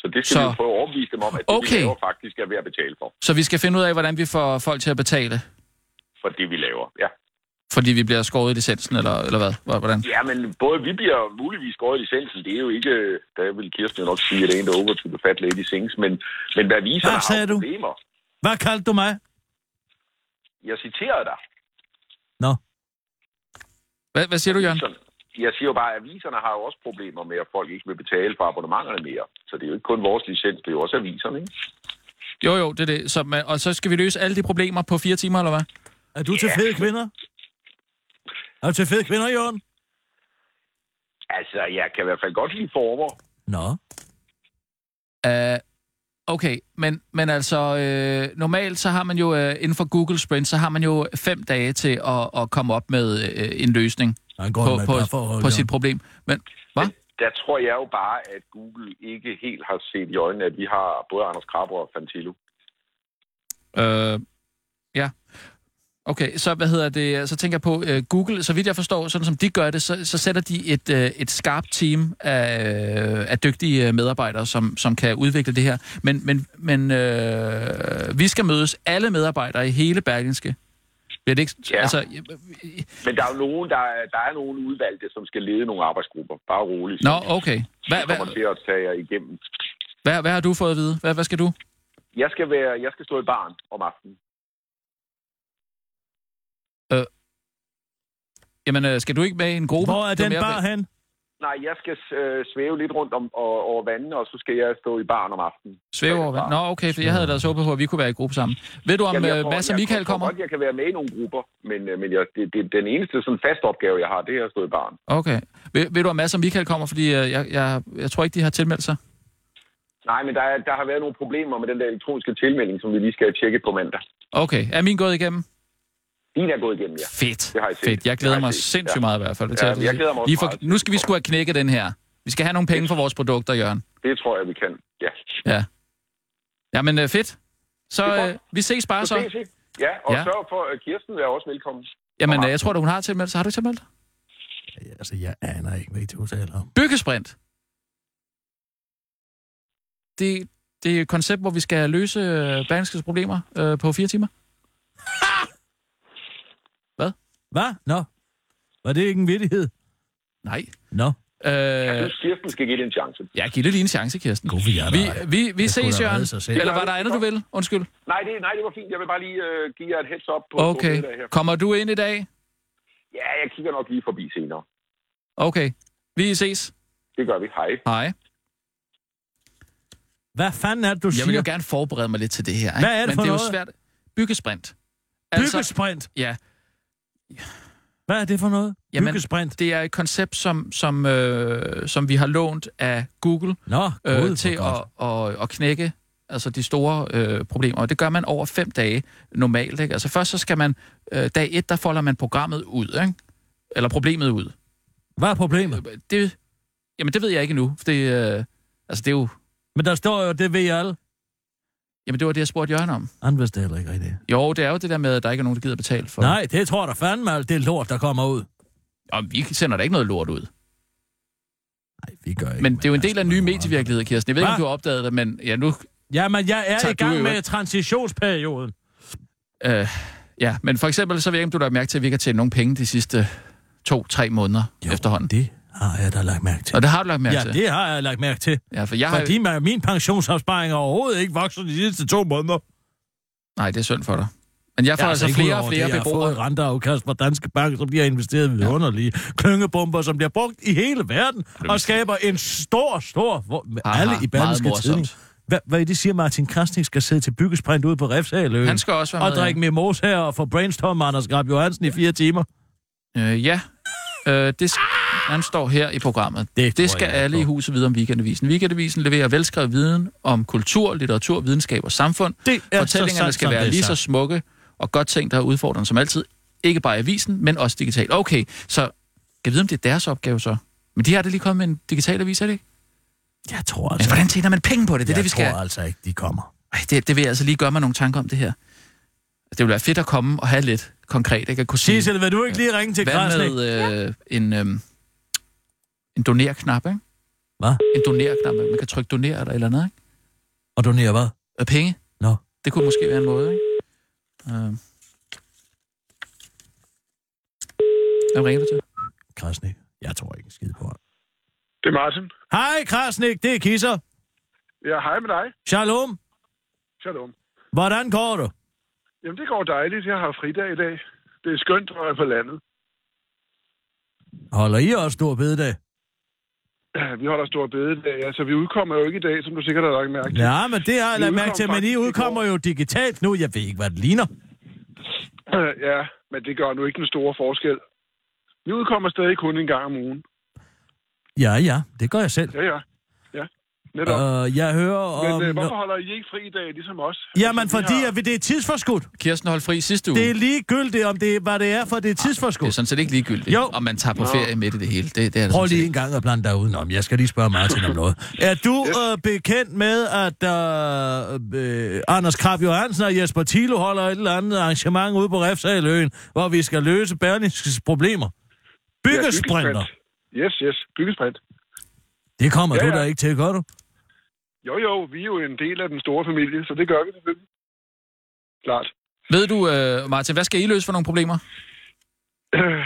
Speaker 14: Så det skal
Speaker 5: Så-
Speaker 14: så... vi jo prøve at overbevise dem om, at det,
Speaker 5: Okay.
Speaker 14: vi laver, faktisk er ved at betale for.
Speaker 5: så vi skal finde ud af, hvordan vi får folk til at betale,
Speaker 14: For det, vi laver, ja.
Speaker 5: fordi vi bliver skåret i licensen, eller, eller hvad? Hvor- Hvordan?
Speaker 14: Ja, men både vi bliver muligvis skåret i licensen. Det er jo ikke, øh, der vil Kirsten jo nok sige, at det er en, der over to the fat lady sings. Men, men hvad viser
Speaker 4: Hvad
Speaker 14: der
Speaker 4: sagde
Speaker 14: har
Speaker 4: du?
Speaker 14: problemer?
Speaker 4: Hvad kaldte du mig?
Speaker 14: Jeg citerede dig.
Speaker 4: Nå.
Speaker 5: Hvad, hvad siger du, Jørgen?
Speaker 14: Så jeg siger jo bare, at aviserne har jo også problemer med, at folk ikke vil betale for abonnementerne mere. Så det er jo ikke kun vores licens, det er jo også aviserne, ikke?
Speaker 5: Jo, jo, det er det. Så, man- og så skal vi løse alle de problemer på fire timer, eller hvad?
Speaker 4: Er du til fede kvinder? Er du til fede kvinder, Jørgen?
Speaker 14: Altså, jeg kan i hvert fald godt lide former.
Speaker 4: Nå.
Speaker 5: Uh, okay, men, men altså, øh, normalt så har man jo, øh, inden for Google Sprint, så har man jo fem dage til at, at komme op med øh, en løsning
Speaker 4: Han går
Speaker 5: på,
Speaker 4: med
Speaker 5: på,
Speaker 4: et parforhold,
Speaker 5: på
Speaker 4: Jørgen.
Speaker 5: sit problem. Men, hvad?
Speaker 14: Der tror jeg jo bare, at Google ikke helt har set i øjnene, at vi har både Anders Krabber og Fantillo.
Speaker 5: Øh, ja. Okay, så hvad hedder det? Så tænker jeg på øh, Google. Så vidt jeg forstår, sådan som de gør det, så, så sætter de et, øh, et skarpt team af, øh, af dygtige øh, medarbejdere, som, som kan udvikle det her. Men, men, men øh, vi skal mødes alle medarbejdere i hele Bergenske. Bliver det ikke?
Speaker 14: Ja.
Speaker 5: Altså,
Speaker 14: Men der er jo nogen, der, er- der er nogen udvalgte, som skal lede nogle arbejdsgrupper. Bare roligt.
Speaker 5: nå, okay. Hvad,
Speaker 14: Jeg
Speaker 5: hvad,
Speaker 14: kommer til at tage jer igennem.
Speaker 5: hvad, hvad har du fået at vide? Hvad, hvad skal du?
Speaker 14: Jeg skal, være, jeg skal stå i barn om aftenen.
Speaker 5: Jamen, øh, skal du ikke med i en gruppe?
Speaker 4: Hvor er
Speaker 5: Det
Speaker 4: den
Speaker 5: mere-
Speaker 4: bar hen?
Speaker 14: Nej, jeg skal øh, svæve lidt rundt om, og, over vandene, og så skal jeg stå i baren om aftenen.
Speaker 5: Svæve over vand. Nå, okay, for jeg havde ellers håbet på, at vi kunne være i gruppe sammen. Ved du, om
Speaker 14: Jamen, jeg
Speaker 5: Jamen,
Speaker 14: tror,
Speaker 5: Mads og
Speaker 14: jeg
Speaker 5: Michael
Speaker 14: tror
Speaker 5: kommer?
Speaker 14: Godt, jeg kan være med i nogle grupper, men, øh, men jeg, det, det, den eneste sådan fast opgave, jeg har, det er at stå i baren.
Speaker 5: Okay. Ved, ved du, om Mads og Michael kommer? Fordi øh, jeg, jeg, jeg tror ikke, de har tilmeldt sig.
Speaker 14: Nej, men der, er, der har været nogle problemer med den der elektroniske tilmelding, som vi lige skal tjekke på mandag.
Speaker 5: Okay. Er min gået igennem?
Speaker 14: Din er gået igennem, ja.
Speaker 5: Fedt.
Speaker 14: Det har jeg set.
Speaker 5: Fedt. Jeg glæder mig sindssygt meget i hvert fald.
Speaker 14: Ja,
Speaker 5: til at-
Speaker 14: men jeg glæder mig også
Speaker 5: Lige for,
Speaker 14: meget
Speaker 5: nu skal vi sgu have knækket den her. Vi skal have nogle penge for vores produkter, Jørgen.
Speaker 14: Det tror jeg, vi kan. Ja.
Speaker 5: Ja. Jamen, øh, fedt.
Speaker 14: Det er
Speaker 5: Så
Speaker 14: godt.
Speaker 5: øh, vi ses bare så.
Speaker 14: ses vi. Ja, og
Speaker 5: Ja.
Speaker 14: ja. sørg for, at Kirsten er også velkommen.
Speaker 5: Jamen, øh, jeg tror, at hun har tilmeldt sig. Har du ikke tilmeldt dig?
Speaker 4: Altså, jeg aner ikke, hvad du taler om.
Speaker 5: Byggesprint. Det, det er et koncept, hvor vi skal løse øh, Berlingskes problemer øh, på fire timer.
Speaker 4: Hvad? Nå. Var det ikke en vittighed?
Speaker 5: Nej.
Speaker 4: Nå.
Speaker 14: Jeg
Speaker 5: Øh,
Speaker 14: synes, Kirsten skal give det en chance.
Speaker 5: ja, giv det lige en chance, Kirsten. God,
Speaker 4: vi er
Speaker 5: vi, vi, vi
Speaker 4: skulle
Speaker 5: ses,
Speaker 4: da
Speaker 5: Jørgen.
Speaker 4: redde sig selv.
Speaker 5: Eller var der andet, du vil? Undskyld.
Speaker 14: Nej, det, nej, det var fint. Jeg vil bare lige øh, give jer et heads up på på
Speaker 5: Okay.
Speaker 14: det der her.
Speaker 5: Kommer du ind i dag?
Speaker 14: Ja, jeg kigger nok lige forbi senere.
Speaker 5: Okay. Vi ses.
Speaker 14: Det gør vi. Hej.
Speaker 5: Hej.
Speaker 4: Hvad fanden er det, du
Speaker 5: Jeg vil jo
Speaker 4: siger?
Speaker 5: gerne forberede mig lidt til det her. Ikke?
Speaker 4: Hvad er det
Speaker 5: Men
Speaker 4: for
Speaker 5: det er jo
Speaker 4: noget?
Speaker 5: svært. Byggesprint. Altså,
Speaker 4: Byggesprint?
Speaker 5: Ja.
Speaker 4: Hvad er det for noget?
Speaker 5: Jamen,
Speaker 4: Byggesprint?
Speaker 5: Det er et koncept, som, som, øh, som vi har lånt af Google
Speaker 4: Nå,
Speaker 5: øh,
Speaker 4: gud,
Speaker 5: til
Speaker 4: hvor godt.
Speaker 5: at, at, at knække altså de store øh, problemer. Og det gør man over fem dage normalt. Ikke? Altså først så skal man, øh, dag et, der folder man programmet ud. Ikke? Eller problemet ud.
Speaker 4: Hvad er problemet?
Speaker 5: Det, jamen det ved jeg ikke nu. For det, øh, altså det er jo...
Speaker 4: Men der står jo, det ved jeg alle.
Speaker 5: Jamen det var det, jeg spurgte Jørgen om.
Speaker 4: Han vidste heller ikke rigtigt.
Speaker 5: Jo, det er jo det der med, at der ikke er nogen, der gider betale for.
Speaker 4: Nej, det tror der fandme alt det lort, der kommer ud.
Speaker 5: Og vi sender da ikke noget lort ud.
Speaker 4: Vi gør ikke.
Speaker 5: Men det er jo en del af nye medievirkeligheder, Kirsten. Jeg ved ikke, om
Speaker 4: altså, Hva?
Speaker 5: du har opdaget det, men ja, nu...
Speaker 4: Jamen, jeg er
Speaker 5: Tak,
Speaker 4: i
Speaker 5: du er
Speaker 4: gang
Speaker 5: jo
Speaker 4: med
Speaker 5: ikke.
Speaker 4: transitionsperioden.
Speaker 5: Øh, ja, men for eksempel, så ved jeg ikke, om du har lagt mærke til, at vi ikke har tjent nogen penge de sidste to-tre måneder jo, efterhånden.
Speaker 4: det har jeg da lagt mærke til.
Speaker 5: Mm. Og det har du lagt mærke
Speaker 4: ja,
Speaker 5: til?
Speaker 4: det har jeg lagt mærke til.
Speaker 5: Ja, for jeg har-
Speaker 4: Fordi har... min pensionsopsparing er overhovedet ikke vokset de sidste to måneder.
Speaker 5: Nej, det er synd for dig. Men jeg får
Speaker 4: er
Speaker 5: altså
Speaker 4: ikke
Speaker 5: flere
Speaker 4: ud
Speaker 5: og
Speaker 4: over
Speaker 5: flere
Speaker 4: det, jeg
Speaker 5: beboere.
Speaker 4: Jeg har fået renteafkast fra Danske Bank, som de har investeret i underlige klyngebomber, som bliver brugt i hele verden og skaber en stor, stor... Hvor,
Speaker 5: Aha,
Speaker 4: alle i
Speaker 5: meget
Speaker 4: Berlingske
Speaker 5: morsomt.
Speaker 4: Tidning. Hvad, hvad er det, siger Martin Krasnik skal sidde til byggesprint ude på Refshaløen?
Speaker 5: Han skal også være
Speaker 4: Og
Speaker 5: med, ja.
Speaker 4: drikke mimos her og få brainstorm med Anders Grab Johansen i fire timer.
Speaker 5: Øh, ja, øh, det sk- han står her i programmet.
Speaker 4: Det,
Speaker 5: det skal alle i huset vide om Weekendavisen. Weekendavisen leverer velskrevet viden om kultur, litteratur, videnskab og samfund.
Speaker 4: Det er så
Speaker 5: Fortællingerne
Speaker 4: sandt,
Speaker 5: skal
Speaker 4: som det
Speaker 5: være
Speaker 4: er
Speaker 5: lige så
Speaker 4: sagt.
Speaker 5: smukke og godt tænkt og udfordrende som altid. Ikke bare i avisen, men også digitalt. Okay, så kan jeg vide, om det er deres opgave så? Men de har det lige kommet med en digital avis, er det ikke?
Speaker 4: Jeg tror altså...
Speaker 5: Men hvordan tjener man penge på det? Det er
Speaker 4: jeg
Speaker 5: det, vi skal...
Speaker 4: tror altså ikke, de kommer.
Speaker 5: Ej, det, det vil jeg altså lige gøre mig nogle tanker om det her. Det ville være fedt at komme og have lidt konkret, ikke? At kunne sige,
Speaker 4: Sissel, vil du ikke lige ringe til
Speaker 5: hvad
Speaker 4: Krasnik?
Speaker 5: med øh, en, øh, en doner-knap, ikke?
Speaker 4: Hvad?
Speaker 5: En doner-knap, man kan trykke doner eller et eller andet, ikke?
Speaker 4: Og donere hvad?
Speaker 5: Og penge.
Speaker 4: Nå.
Speaker 5: Det kunne måske være en måde, ikke? Øh. Hvem ringer du til?
Speaker 4: Krasnik. Jeg tror ikke en skid på ham.
Speaker 8: Det er Martin.
Speaker 4: Hej Krasnik, det er Kisser.
Speaker 8: Ja, hej med dig.
Speaker 4: Shalom.
Speaker 8: Shalom.
Speaker 4: Hvordan går du?
Speaker 8: Jamen, det går dejligt. Jeg har fridag i dag. Det er skønt at være på landet.
Speaker 4: Holder I også stor bededag?
Speaker 8: Vi holder stor bededag. Altså, vi udkommer jo ikke i dag, som du sikkert har lagt mærke til.
Speaker 4: Ja, men det har jeg
Speaker 8: Vi
Speaker 4: lagt
Speaker 8: udkom
Speaker 4: mærke til, men I
Speaker 8: faktisk i
Speaker 4: udkommer jo digitalt nu. Jeg ved ikke, hvad det ligner.
Speaker 8: Øh, Ja, men det gør nu ikke den store forskel. Vi udkommer stadig kun en gang om ugen.
Speaker 4: Ja, ja, det gør jeg selv.
Speaker 8: Ja, ja. Ja, netop.
Speaker 4: Øh, jeg hører
Speaker 8: men
Speaker 4: om...
Speaker 8: øh, hvorfor holder I ikke fri i dag, ligesom os?
Speaker 4: Jamen,
Speaker 8: Altså, vi
Speaker 4: fordi
Speaker 8: har-
Speaker 4: at vi- det er tidsforskudt.
Speaker 5: Kirsten holdt fri sidste uge.
Speaker 4: Det er ligegyldigt, om det, er- hvad det er, for det er
Speaker 5: Det er
Speaker 4: tidsforskudt.
Speaker 5: sådan set ikke ligegyldigt,
Speaker 4: Jo.
Speaker 5: om man tager på ferie midt i det hele. Det, det er det
Speaker 4: Prøv
Speaker 5: sådan
Speaker 4: lige
Speaker 5: set.
Speaker 4: en gang at blande dig udenom. Jeg skal lige spørge Martin om noget. Er du øh, bekendt med, at øh, øh, Anders Krab Johansen og Jesper Thilo holder et eller andet arrangement ude på Refsaløen, hvor vi skal løse Berlingskes problemer? Byggesprinter.
Speaker 8: Ja, byggesprint. Yes, yes. Byggesprint.
Speaker 4: Det kommer
Speaker 8: Ja,
Speaker 4: du
Speaker 8: ja.
Speaker 4: da ikke til, gør du?
Speaker 8: Jo, jo. Vi er jo en del af den store familie, så det gør vi selvfølgelig. Klart.
Speaker 5: Ved du, øh, Martin, hvad skal I løse for nogle problemer?
Speaker 8: Øh,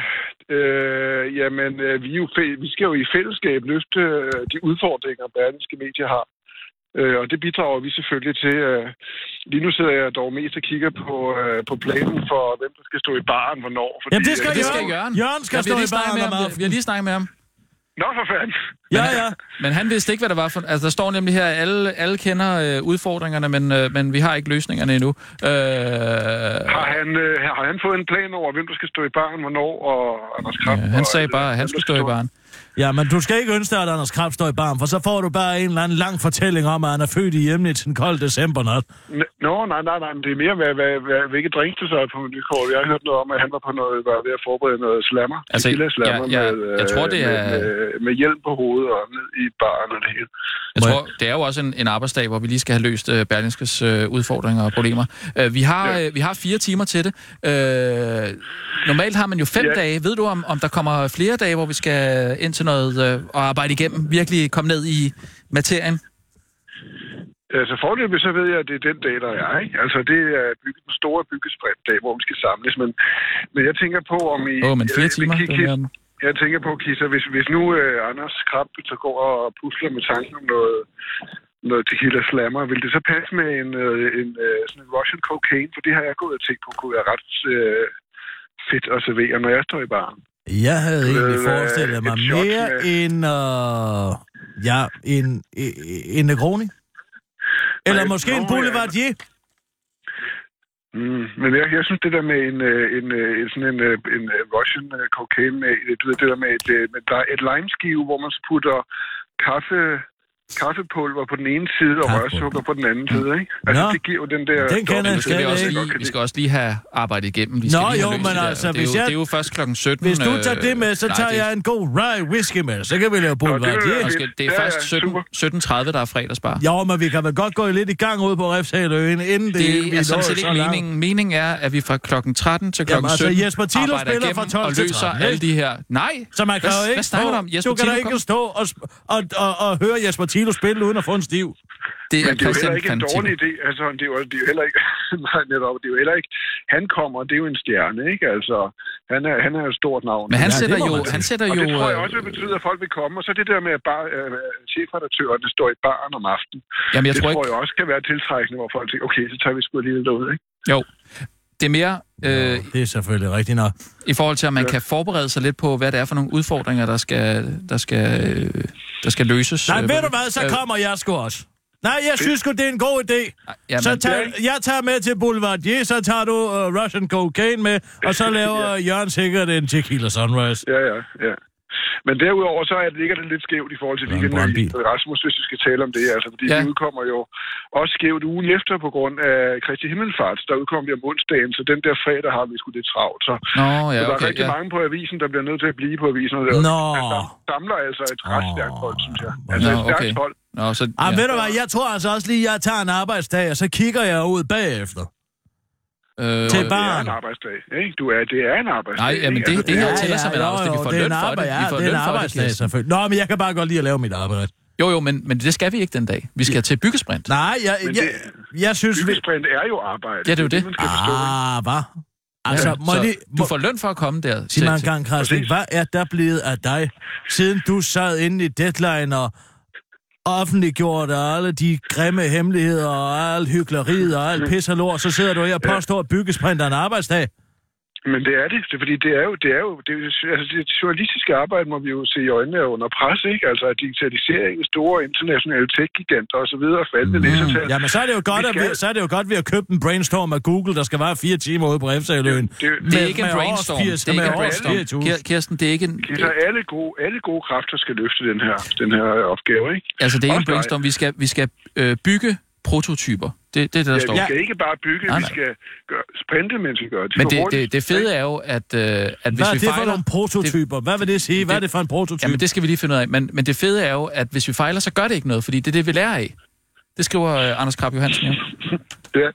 Speaker 8: øh, jamen, øh, vi, er jo fæ- vi skal jo i fællesskab løfte øh, de udfordringer, berlinske medier har. Øh, og det bidrager vi selvfølgelig til. Øh, lige nu sidder jeg dog mest og kigger på, øh, på planen for, hvem der skal stå i baren, hvornår. Fordi,
Speaker 4: Jamen, det skal
Speaker 8: øh,
Speaker 4: Jørgen. Jørgen skal
Speaker 5: Ja, vi har
Speaker 4: stå
Speaker 5: lige
Speaker 4: i
Speaker 5: snakket
Speaker 4: baren
Speaker 5: med
Speaker 4: om
Speaker 5: ham. Vi- Vi har lige snakket med ham.
Speaker 8: Nå, for fanden.
Speaker 5: Ja, ja. Men han vidste ikke, hvad der var for... Altså, der står nemlig her, at alle, alle kender øh, udfordringerne, men, øh, men vi har ikke løsningerne endnu. Øh,
Speaker 8: Har han, øh, har han fået en plan over, hvem der skal stå i barn, hvornår, og Anders Kraft?
Speaker 5: han sagde bare, at han skulle stå i barn.
Speaker 4: Ja, men du skal ikke ønske dig, at Anders Krab står i barm, for så får du bare en eller anden lang fortælling om, at han er født i hjemmet en kold decembernat.
Speaker 8: N- Nå, nej, nej, nej, men det er mere, hvad, hvad, hvad, hvilke drinks det så er på menukortet. Jeg har hørt noget om, at han var, på noget, var ved at forberede noget slammer.
Speaker 5: Altså,
Speaker 8: slammer
Speaker 5: jeg- jeg-
Speaker 8: med, øh,
Speaker 5: jeg tror, det er-
Speaker 8: Med, øh, med, med, hjelm på hovedet og ned i baren og det hele.
Speaker 5: Jeg tror, det er jo også en, en arbejdsdag, hvor vi lige skal have løst øh, Berlingskes øh, udfordringer og problemer. Øh, vi, har, øh, vi har fire timer til det. Øh, normalt har man jo fem
Speaker 8: Ja.
Speaker 5: dage. Ved du, om, om der kommer flere dage, hvor vi skal ind til noget øh, og arbejde igennem? Virkelig komme ned i materien?
Speaker 8: Altså forløbig, så ved jeg, at det er den dag, der er. Ikke? Altså det er bygget den store byggespredtdag, hvor vi skal samles. Men, men jeg tænker på, om I...
Speaker 5: Åh, men
Speaker 8: jeg-
Speaker 5: fire
Speaker 8: jeg-
Speaker 5: timer,
Speaker 8: Kik-
Speaker 5: det er mere end-
Speaker 8: jeg tænker på, Kisser, hvis, hvis nu øh, Anders Krab så går og pusler med tanken om noget, noget tequila slammer, vil det så passe med en, øh, en øh, sådan en Russian cocaine? For det har jeg gået og tænkt på, kunne være ret øh, fedt at servere, når jeg står i baren.
Speaker 4: Jeg havde
Speaker 8: Med,
Speaker 4: egentlig
Speaker 8: øh,
Speaker 4: forestillet
Speaker 8: et
Speaker 4: mig
Speaker 8: shot
Speaker 4: mere end... Øh, ja, en, en, en Negroni. Eller
Speaker 8: Nej,
Speaker 4: måske en
Speaker 8: Negroni er-
Speaker 4: Boulevardier.
Speaker 8: Mm, men jeg, jeg synes, det der med en, øh, en, øh, en sådan en, øh, en øh, Russian øh, cocaine, med, du ved, det der med et, øh, med der er et limeskive, hvor man så putter kaffe, kaffepulver på den ene side og rørsukker på den anden side, ikke? Altså,
Speaker 4: Nå.
Speaker 8: det giver jo den der...
Speaker 4: Den kender
Speaker 5: Vi
Speaker 4: jeg
Speaker 5: skal,
Speaker 4: slet
Speaker 5: vi, også
Speaker 4: ikke.
Speaker 5: lige, vi skal også lige have arbejdet igennem. Vi skal
Speaker 4: Nå,
Speaker 5: lige have
Speaker 4: jo,
Speaker 5: løst
Speaker 4: men
Speaker 5: det der.
Speaker 4: altså,
Speaker 5: det, er
Speaker 4: hvis
Speaker 5: jo,
Speaker 4: jeg-
Speaker 5: det er jo først klokken 17.
Speaker 4: Hvis du
Speaker 5: øh,
Speaker 4: tager det med, så
Speaker 5: nej,
Speaker 4: tager
Speaker 5: det-
Speaker 4: jeg en god rye whisky med. Så kan vi lave Boulevardier.
Speaker 5: Nå, skal- Det er først 17 17.30, der er fredagsbar.
Speaker 4: Jo, men vi kan vel godt gå lidt i gang ud på Refshaløen, inden det, hele
Speaker 5: Det
Speaker 4: bliver
Speaker 5: er sådan
Speaker 4: nået
Speaker 5: set
Speaker 4: så
Speaker 5: ikke
Speaker 4: langt.
Speaker 5: meningen. Meningen er, at vi fra klokken 13 til klokken
Speaker 4: Jamen, altså,
Speaker 5: 17
Speaker 4: Jesper Thilo
Speaker 5: arbejder
Speaker 4: spiller fra
Speaker 5: igennem
Speaker 4: 12
Speaker 5: og
Speaker 4: til
Speaker 5: løser
Speaker 4: 13,
Speaker 5: alle
Speaker 4: ikke?
Speaker 5: de her... Nej,
Speaker 4: Så man kan
Speaker 5: hvad,
Speaker 4: jo ikke
Speaker 5: hvad snakker
Speaker 4: stå,
Speaker 5: du om? Jesper
Speaker 4: du kan da
Speaker 5: Thilo
Speaker 4: ikke
Speaker 5: kom.
Speaker 4: stå og, sp- og, og, og, høre Jesper Thilo spille uden at få en stiv.
Speaker 5: Det
Speaker 8: Men det er jo heller ikke en dårlig idé. Altså, det er jo, det er jo heller ikke... Nej, netop. Det er jo heller ikke... Han kommer, det er jo en stjerne, ikke? Altså, han er, han er jo et stort navn.
Speaker 5: Men han Ja, sætter det må jo- man sige. han sætter
Speaker 8: og
Speaker 5: jo,
Speaker 8: det tror jeg
Speaker 5: øh,
Speaker 8: også vil betyde, at folk vil komme. Og så det der med, at bare, øh, chefredaktørerne står i baren om aftenen.
Speaker 5: øh, Jamen, jeg
Speaker 8: det
Speaker 5: tror
Speaker 8: tror
Speaker 5: ikke-
Speaker 8: jeg også kan være tiltrækkende, hvor folk tænker, okay, så tager vi sgu alligevel derud, ikke?
Speaker 5: Jo, det er mere... Øh,
Speaker 4: det er selvfølgelig rigtigt nok.
Speaker 5: I forhold til, at man kan forberede sig lidt på, hvad det er for nogle udfordringer, der skal, der skal, øh, der skal løses.
Speaker 4: Nej,
Speaker 5: Øh,
Speaker 4: ved du hvad, så
Speaker 5: øh,
Speaker 4: kommer jeg sgu også. Nej, jeg synes sgu, det er en god idé.
Speaker 5: jamen,
Speaker 4: så
Speaker 5: det
Speaker 4: tag,
Speaker 5: er ikke-
Speaker 4: jeg tager med til Boulevardier, så tager du uh, Russian Cocaine med, og så laver Jørgen sikkert en tequila sunrise.
Speaker 8: Ja, ja, ja. Men derudover så er det, ligger det lidt skævt i forhold til weekenden med Rasmus, hvis vi skal tale om det. Altså, fordi ja. det udkommer jo også skævt ugen efter på grund af Kristi Himmelfarts. Der udkom det om onsdagen, så den der fredag har vi sgu det travlt. Så,
Speaker 5: Nå,
Speaker 8: så
Speaker 5: ja,
Speaker 8: der er
Speaker 5: okay,
Speaker 8: rigtig
Speaker 5: ja.
Speaker 8: mange på avisen, der bliver nødt til at blive på avisen. Og det
Speaker 4: Nå.
Speaker 8: Man samler altså et ret stærkt hold, synes jeg. Altså
Speaker 5: Nå,
Speaker 8: et stærkt
Speaker 5: okay.
Speaker 8: hold.
Speaker 5: Nå, så,
Speaker 4: Ja. Ah, ved du hvad, jeg tror altså også lige, jeg tager en arbejdsdag, og så kigger jeg ud bagefter.
Speaker 5: Øh,
Speaker 4: Til
Speaker 5: og-
Speaker 8: Det er
Speaker 4: barn.
Speaker 8: en arbejdsdag, ikke? Du er, det er en arbejdsdag.
Speaker 5: Nej, jamen,
Speaker 8: ikke?
Speaker 5: det, det her
Speaker 4: Ja,
Speaker 5: tæller
Speaker 4: ja,
Speaker 5: som en
Speaker 4: jo,
Speaker 5: arbejdsdag. Vi
Speaker 4: jo,
Speaker 5: får
Speaker 4: det er
Speaker 5: løn
Speaker 4: en
Speaker 5: for det.
Speaker 4: arbejde-
Speaker 5: Vi
Speaker 4: ja,
Speaker 5: får
Speaker 4: det er en
Speaker 5: løn for det.
Speaker 4: arbejdsdag,
Speaker 5: Kirsten.
Speaker 4: selvfølgelig. Nå, men jeg kan bare godt lide at lave mit arbejde.
Speaker 5: Jo, jo, men, men det skal vi ikke den dag. Vi skal til byggesprint.
Speaker 4: Nej, jeg,
Speaker 8: Men
Speaker 4: jeg,
Speaker 8: det-
Speaker 4: jeg synes... Vi...
Speaker 8: Byggesprint er jo arbejde.
Speaker 5: Ja, det er jo det.
Speaker 8: man skal forstå, ikke?
Speaker 4: Ah, hvad? Altså, må
Speaker 5: så
Speaker 4: jeg lige...
Speaker 5: du får løn for at komme der.
Speaker 4: Sig mig en
Speaker 5: til-
Speaker 4: gang, Krasnik, hvad er der blevet af dig, siden du sad inde i Deadline og offentliggjorte alle de grimme hemmeligheder og alt hyggeleriet og alt pis og lort, så sidder du her og påstår, at byggesprint er en arbejdsdag.
Speaker 8: Men det er det, det er fordi det er jo, det er jo, det, er, jo- altså det journalistiske arbejde må vi jo se i øjnene er under pres, ikke? Altså digitalisering, store internationale tech-giganter osv. og faldende mm. læsertal.
Speaker 4: Jamen, så er det jo godt,
Speaker 8: Vi
Speaker 4: at vi,
Speaker 8: skal-
Speaker 4: så er det jo godt, at vi har købt en brainstorm af Google, der skal være fire timer ude på Refsaløen.
Speaker 8: det er jo-
Speaker 5: Det er ikke en brainstorm. Det er ikke en brainstorm. Kir- Kirsten, det er ikke en...
Speaker 8: Så alle gode, alle gode kræfter skal løfte den her, den her opgave, ikke?
Speaker 5: Altså, det er ikke en
Speaker 8: Også dig.
Speaker 5: brainstorm. Vi skal, vi skal øh, bygge prototyper. Det, det er det, der
Speaker 8: Ja,
Speaker 5: står.
Speaker 8: vi skal ikke bare bygge,
Speaker 5: Nej,
Speaker 8: vi
Speaker 5: nej.
Speaker 8: skal gøre, sprinte, mens vi gør det. Så
Speaker 5: Men det,
Speaker 8: hurtigt.
Speaker 5: det, det fede er jo, at, øh, at hvis
Speaker 4: Hvad er
Speaker 5: vi
Speaker 4: det for
Speaker 5: fejler...
Speaker 4: nogle prototyper? Hvad vil det sige? Hvad er det for en prototype?
Speaker 5: Jamen, det skal vi lige finde ud af. Men, men det fede er jo, at hvis vi fejler, så gør det ikke noget, fordi det er det, vi lærer af. Det skriver øh, Anders Krab Johansen jo.
Speaker 8: Ja,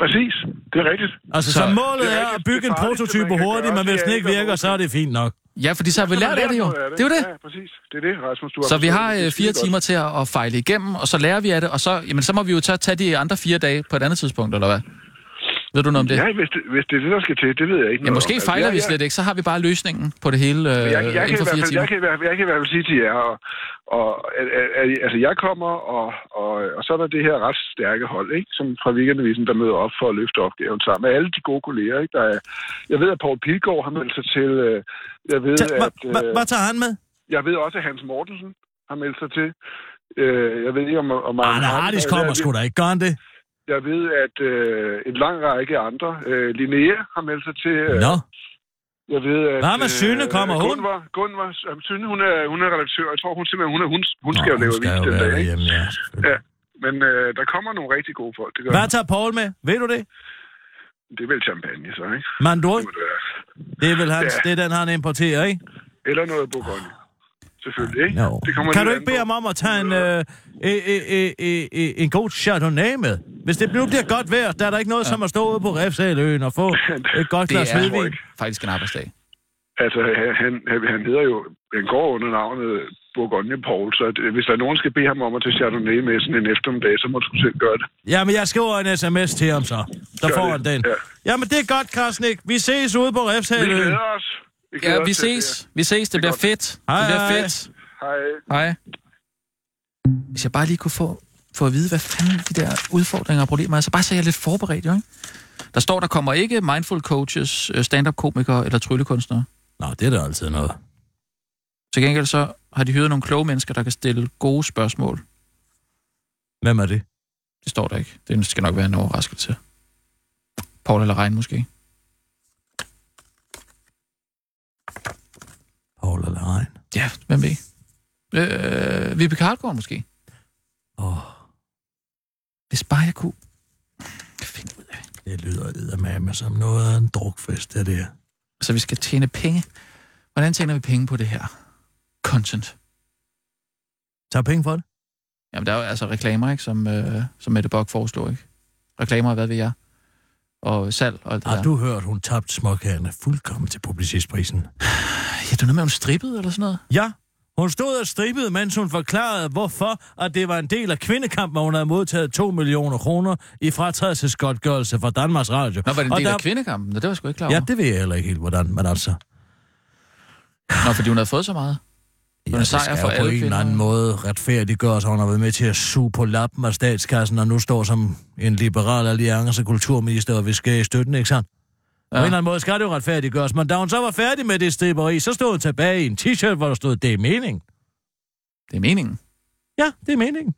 Speaker 8: præcis. Det er rigtigt.
Speaker 4: Altså, så,
Speaker 5: Så-
Speaker 4: målet
Speaker 8: Det er
Speaker 4: er at
Speaker 8: rigtigt.
Speaker 4: bygge en
Speaker 8: Det farligste,
Speaker 4: prototype
Speaker 8: man kan
Speaker 4: hurtigt,
Speaker 8: gøre,
Speaker 4: men hvis
Speaker 8: det er
Speaker 4: den ikke
Speaker 8: ikke at
Speaker 4: virker, så er det fint nok.
Speaker 5: Ja, fordi så har vi lært af det jo.
Speaker 8: Noget af
Speaker 5: Det er jo det.
Speaker 8: Ja, præcis. Det er det, Rasmus, du har
Speaker 5: Så vi
Speaker 8: forstået.
Speaker 5: har
Speaker 8: Det er
Speaker 5: øh, fire
Speaker 8: skidegodt.
Speaker 5: timer til at, at fejle igennem, og så lærer vi af det, og så, jamen, så må vi jo tage, tage de andre fire dage på et andet tidspunkt, eller hvad? Ved du noget om det?
Speaker 8: Ja, hvis det, hvis det er det, der skal til, det ved jeg ikke
Speaker 5: Ja,
Speaker 8: noget
Speaker 5: måske
Speaker 8: om. Altså,
Speaker 5: fejler
Speaker 8: jeg-
Speaker 5: vi
Speaker 8: jeg-
Speaker 5: slet ikke, så har vi bare løsningen på det hele øh,
Speaker 8: jeg, jeg, kan
Speaker 5: inden
Speaker 8: i
Speaker 5: for
Speaker 8: hvert
Speaker 5: fire
Speaker 8: fald, jeg,
Speaker 5: timer.
Speaker 8: kan, i hvert fald- jeg kan i hvert fald sige til jer, og, og, at- at- at- altså jeg kommer, og, og, og så er der det her ret stærke hold, ikke, som fra weekendavisen, der møder op for at løfte opgaven sammen med alle de gode kolleger. Ikke, der er, jeg ved, at Poul Pilgaard har meldt sig til. øh, Jeg ved,
Speaker 4: Tag- hva-
Speaker 8: at... øh,
Speaker 4: hva- Hvad tager han med?
Speaker 8: Jeg ved også, at Hans Mortensen har meldt sig til. Øh, jeg ved ikke, om... om
Speaker 4: Arne Ah, Hardis kommer sgu da ikke, gør han det?
Speaker 8: Jeg ved, at øh, en lang række andre... Øh, Linnea har meldt sig til... Øh,
Speaker 4: Nå.
Speaker 8: Jeg ved, at... øh,
Speaker 4: Hvad med Synne? Kommer hun?
Speaker 8: Gunvar, Gunvar, jamen, øh, Synne, hun er, hun er redaktør. Jeg tror, hun simpelthen... Hun, er, hun, hun skal jo lave
Speaker 4: skal
Speaker 8: avis
Speaker 4: jo
Speaker 8: den
Speaker 4: være
Speaker 8: dag, ikke?
Speaker 4: derhjemme, ja.
Speaker 8: Ja, men øh, der kommer nogle rigtig gode folk. Det, gør
Speaker 4: Hvad
Speaker 8: der.
Speaker 4: tager Paul med? Ved du det?
Speaker 8: det er vel champagne, så, ikke?
Speaker 4: Mandur?
Speaker 8: må det være.
Speaker 4: Det er vel hans,
Speaker 8: Ja.
Speaker 4: det er den, han importerer, ikke?
Speaker 8: Eller noget Bourgogne. Selvfølgelig, ikke?
Speaker 4: Jo.
Speaker 8: Det kommer
Speaker 4: Kan du
Speaker 8: lidt
Speaker 4: ikke
Speaker 8: an
Speaker 4: bede ham om at tage en, øh, øh, øh, øh, øh, en god chardonnay med? Hvis det nu bliver godt vejr, der er der ikke noget, ja. som at stå ude på Refsaløen og få et godt
Speaker 5: Det
Speaker 4: glas
Speaker 5: er
Speaker 4: hvidvin.
Speaker 5: faktisk en arbejdsdag.
Speaker 8: på- Altså, han, han, han hedder jo... Han går under navnet Bourgogne Paul, så det, hvis der er nogen, der skal bede ham om at tage Chardonnay med sådan en eftermiddag, så må du sgu selv gøre det.
Speaker 4: Jamen, jeg skriver en sms til ham så. Der
Speaker 8: Gør
Speaker 4: får
Speaker 8: det,
Speaker 4: han den. Jamen, det er godt, Krasnik. Vi ses ude på
Speaker 8: Vi
Speaker 4: Refsaløen.
Speaker 8: glæder os. glæder
Speaker 5: Ja,
Speaker 8: os
Speaker 5: vi
Speaker 8: til det
Speaker 5: ses. Vi ses. Det bliver fedt.
Speaker 4: Hej,
Speaker 5: Det bliver
Speaker 4: hej.
Speaker 5: fedt.
Speaker 8: Hej.
Speaker 5: Hej. Hvis jeg bare lige kunne få, få at vide, hvad fanden de der udfordringer og problemer er, så bare så jeg er lidt forberedt, jo, ikke? Der står, der kommer ikke mindful coaches, øh, stand-up-komikere eller tryllekunstnere.
Speaker 4: Nå, det er der altid noget.
Speaker 5: Til gengæld så har de hyret nogle kloge mennesker, der kan stille gode spørgsmål.
Speaker 4: Hvem er det?
Speaker 5: Det står der ikke. Det skal nok være en overraskelse. Paul eller Rein måske.
Speaker 4: Paul eller Rein?
Speaker 5: Ja, hvem ved? Øh, Vibeke Hardgaard måske.
Speaker 4: Åh.
Speaker 5: Hvis bare jeg kunne...
Speaker 4: Det lyder eddermame som noget af en drukfest, det der.
Speaker 5: Så Altså, vi skal tjene penge. Hvordan tjener vi penge på det her? Content.
Speaker 4: Tag penge for det.
Speaker 5: Jamen, der er jo altså reklamer, ikke? Som, øh, som Mette Bock foreslår, ikke? Reklamer, hvad ved jeg? Og salg og alt det
Speaker 4: Har
Speaker 5: der.
Speaker 4: du hørt, hun tabte småkagerne fuldkommen til publicistprisen?
Speaker 5: Ja, du er noget med, at hun strippede eller sådan noget?
Speaker 4: Ja, hun stod og strippede, mens hun forklarede, hvorfor at det var en del af kvindekampen, at hun havde modtaget 2 millioner kroner i fratrædelsesgodtgørelse fra Danmarks Radio.
Speaker 5: Nå, var det en
Speaker 4: Og
Speaker 5: del af kvindekampen? Nå, det var jeg sgu ikke klar over.
Speaker 4: Ja, det ved jeg heller ikke helt, hvordan, men altså...
Speaker 5: Nå, fordi hun havde fået så meget. Det var en sejr for
Speaker 4: jo på
Speaker 5: alle
Speaker 4: en eller anden
Speaker 5: kvinder.
Speaker 4: måde retfærdiggøre, at hun har været med til at suge på lappen af statskassen, og nu står som en liberal alliance kulturminister og vil skære i støtten, ikke sandt? Ja. På en eller anden måde skal det jo retfærdiggøres, men da hun så var færdig med det stripperi, så stod hun tilbage i en t-shirt, hvor der stod, det er meningen.
Speaker 5: Det er meningen?
Speaker 4: Ja, det er meningen.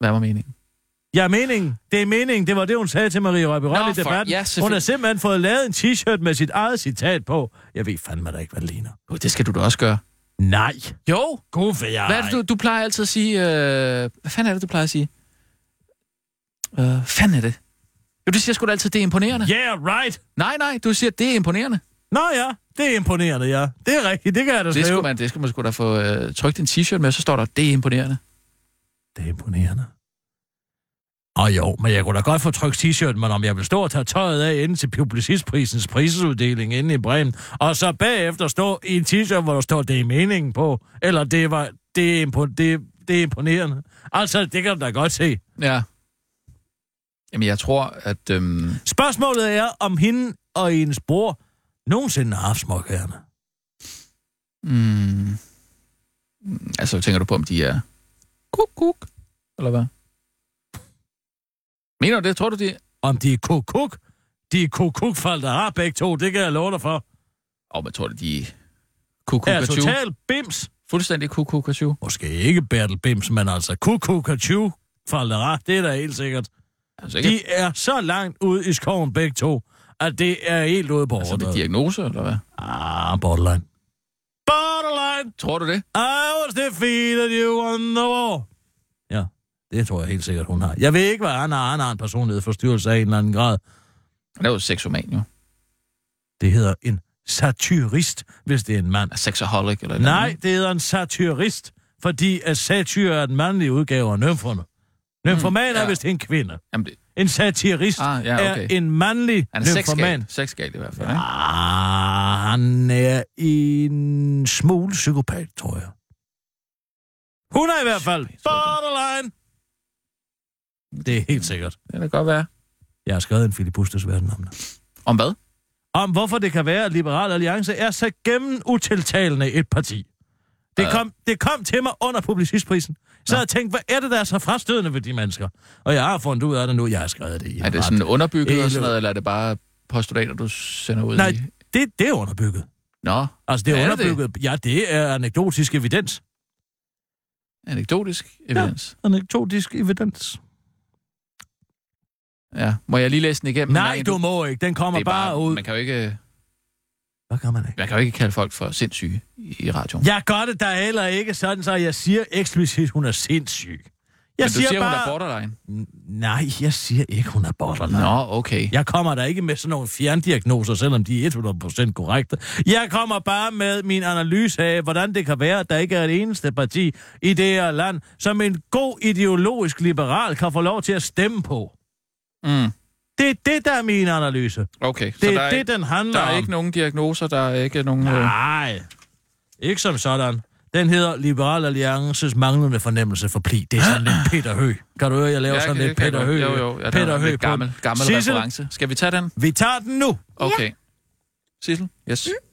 Speaker 5: Hvad var meningen?
Speaker 4: Ja, meningen. Det er meningen. Det var det, hun sagde til Marie Røbe
Speaker 5: Nå,
Speaker 4: Rønne i
Speaker 5: for-
Speaker 4: debatten.
Speaker 5: ja,
Speaker 4: hun
Speaker 5: selvfølgelig.
Speaker 4: har simpelthen fået lavet en t-shirt med sit eget citat på. Jeg ved fandme da ikke, hvad det ligner.
Speaker 5: Jo, det skal du da også gøre.
Speaker 4: Nej.
Speaker 5: Jo!
Speaker 4: God for jer.
Speaker 5: Hvad er det, du, du plejer altid at sige? Øh, hvad fanden er det, du plejer at sige? Øh, fanden er det? Jo, du siger sgu da altid, det er imponerende.
Speaker 4: Yeah, right!
Speaker 5: Nej, nej, du siger, det er imponerende.
Speaker 4: Nå ja, det er imponerende, ja. Det er rigtigt, det kan jeg da
Speaker 5: Det skulle
Speaker 4: skrive.
Speaker 5: man, det skulle man sgu da få øh, trykt en t-shirt med, så står der, det er imponerende.
Speaker 4: Det er imponerende. Og jo, men jeg kunne da godt få trykt t-shirt, men om jeg vil stå og tage tøjet af inden til publicistprisens prisuddeling inde i Bremen, og så bagefter stå i en t-shirt, hvor der står, det er meningen på, eller det, var, det, er, impo- det, det er imponerende. Altså, det kan du da godt se.
Speaker 5: Ja. Jamen, jeg tror, at... Øhm,
Speaker 4: Spørgsmålet er, om hende og hendes bror nogensinde har haft småkærne.
Speaker 5: mm, altså, tænker du på, om de er... Kuk, kuk, eller hvad? Mener du det? Tror du, de...
Speaker 4: Om de er kukuk, de er kukukfolk, der har begge to, det kan jeg love dig for.
Speaker 5: Åh, oh, men tror du, de... Kuk, kuk,
Speaker 4: Er
Speaker 5: og tju?
Speaker 4: total bims.
Speaker 5: Fuldstændig kuk, kuk, og tju.
Speaker 4: Måske ikke Bertel Bims, men altså Kukukachu fra Lera, det er da helt sikkert.
Speaker 5: Altså, ikke...
Speaker 4: De er så langt ude i skoven begge to, at det er helt ude på
Speaker 5: altså, det er
Speaker 4: overdrevet.
Speaker 5: diagnose, eller hvad?
Speaker 4: Ah, borderline. Borderline!
Speaker 5: Tror du det?
Speaker 4: I was defeated you on the wall. Ja, det tror jeg helt sikkert, hun har. Jeg ved ikke, hvad han har. Han har en personlighedsforstyrrelse af en eller anden grad.
Speaker 5: Han er jo sexoman, jo.
Speaker 4: Det hedder en satyrist, hvis det er en mand.
Speaker 5: Sexaholic, eller... et eller andet,
Speaker 4: Nej, det hedder en satyrist, fordi at satyr er en mandlig udgave af nymferne. Nymfoman mm,
Speaker 5: ja.
Speaker 4: er vist en kvinde.
Speaker 5: Jamen, det...
Speaker 4: En satirist
Speaker 5: Ah, ja, okay.
Speaker 4: er en mandlig
Speaker 5: Han er
Speaker 4: nymfoman.
Speaker 5: sexgal. Sexgal i hvert fald, ikke?
Speaker 4: Ah, han er en smule psykopat, tror jeg. Hun er i hvert fald borderline. Det er helt sikkert.
Speaker 5: Det kan da godt være.
Speaker 4: Jeg har skrevet en filibusters verden om det.
Speaker 5: Om hvad?
Speaker 4: Om hvorfor det kan være, at Liberal Alliance er så gennem utiltalende et parti. Det kom, det kom til mig under publicistprisen. Så jeg tænkte, hvad er det, der er så frastødende ved de mennesker? Og jeg har fundet ud af det nu, jeg har skrevet det i en
Speaker 5: Er det
Speaker 4: ret-
Speaker 5: sådan underbygget
Speaker 4: Hele-
Speaker 5: og sådan noget, eller er det bare postulater, du sender ud
Speaker 4: Nej,
Speaker 5: i?
Speaker 4: det, det er underbygget.
Speaker 5: Nå.
Speaker 4: Altså, det er,
Speaker 5: Er
Speaker 4: er
Speaker 5: det
Speaker 4: underbygget. Det? Ja, det er anekdotisk evidens.
Speaker 5: Anekdotisk evidens?
Speaker 4: Ja, anekdotisk evidens.
Speaker 5: Ja. Må jeg lige læse den igennem?
Speaker 4: Nej, du må ikke. Den kommer
Speaker 5: Det er
Speaker 4: bare ud.
Speaker 5: Man kan jo ikke...
Speaker 4: Hvad gør man ikke?
Speaker 5: Man kan jo ikke kalde folk for sindssyge i i radioen.
Speaker 4: Jeg gør det da heller ikke sådan, så jeg siger eksplicit, hun er sindssyg.
Speaker 5: Men
Speaker 4: Jeg
Speaker 5: du siger, hun er borderline.
Speaker 4: Nej, jeg siger ikke, hun er borderline.
Speaker 5: Nå, okay.
Speaker 4: Jeg kommer da ikke med sådan nogle fjerndiagnoser, selvom de er 100% korrekte. Jeg kommer bare med min analyse af, hvordan det kan være, at der ikke er et eneste parti i det her land, som en god ideologisk liberal kan få lov til at stemme på.
Speaker 5: Mm.
Speaker 4: Det er det, der er min analyse.
Speaker 5: Okay,
Speaker 4: Det er
Speaker 5: der
Speaker 4: det,
Speaker 5: ikke-
Speaker 4: den handler
Speaker 5: Der er
Speaker 4: om.
Speaker 5: ikke nogen diagnoser, der er ikke nogen... øh,
Speaker 4: Nej, ikke som sådan. Den hedder Liberal Alliances manglende fornemmelse for pli. Det er sådan lidt Peter Hø. Kan du høre, jeg laver
Speaker 5: Ja,
Speaker 4: sådan
Speaker 5: det
Speaker 4: lidt
Speaker 5: kan jeg
Speaker 4: Peter
Speaker 5: godt.
Speaker 4: Hø.
Speaker 5: Jo, jo. Ja, den er
Speaker 4: Peter Hø
Speaker 5: lidt gammel, gammel
Speaker 4: Sissel,
Speaker 5: reference. Skal vi tage den?
Speaker 4: Vi tager den nu.
Speaker 5: Okay. Sissel? Yes. Mm.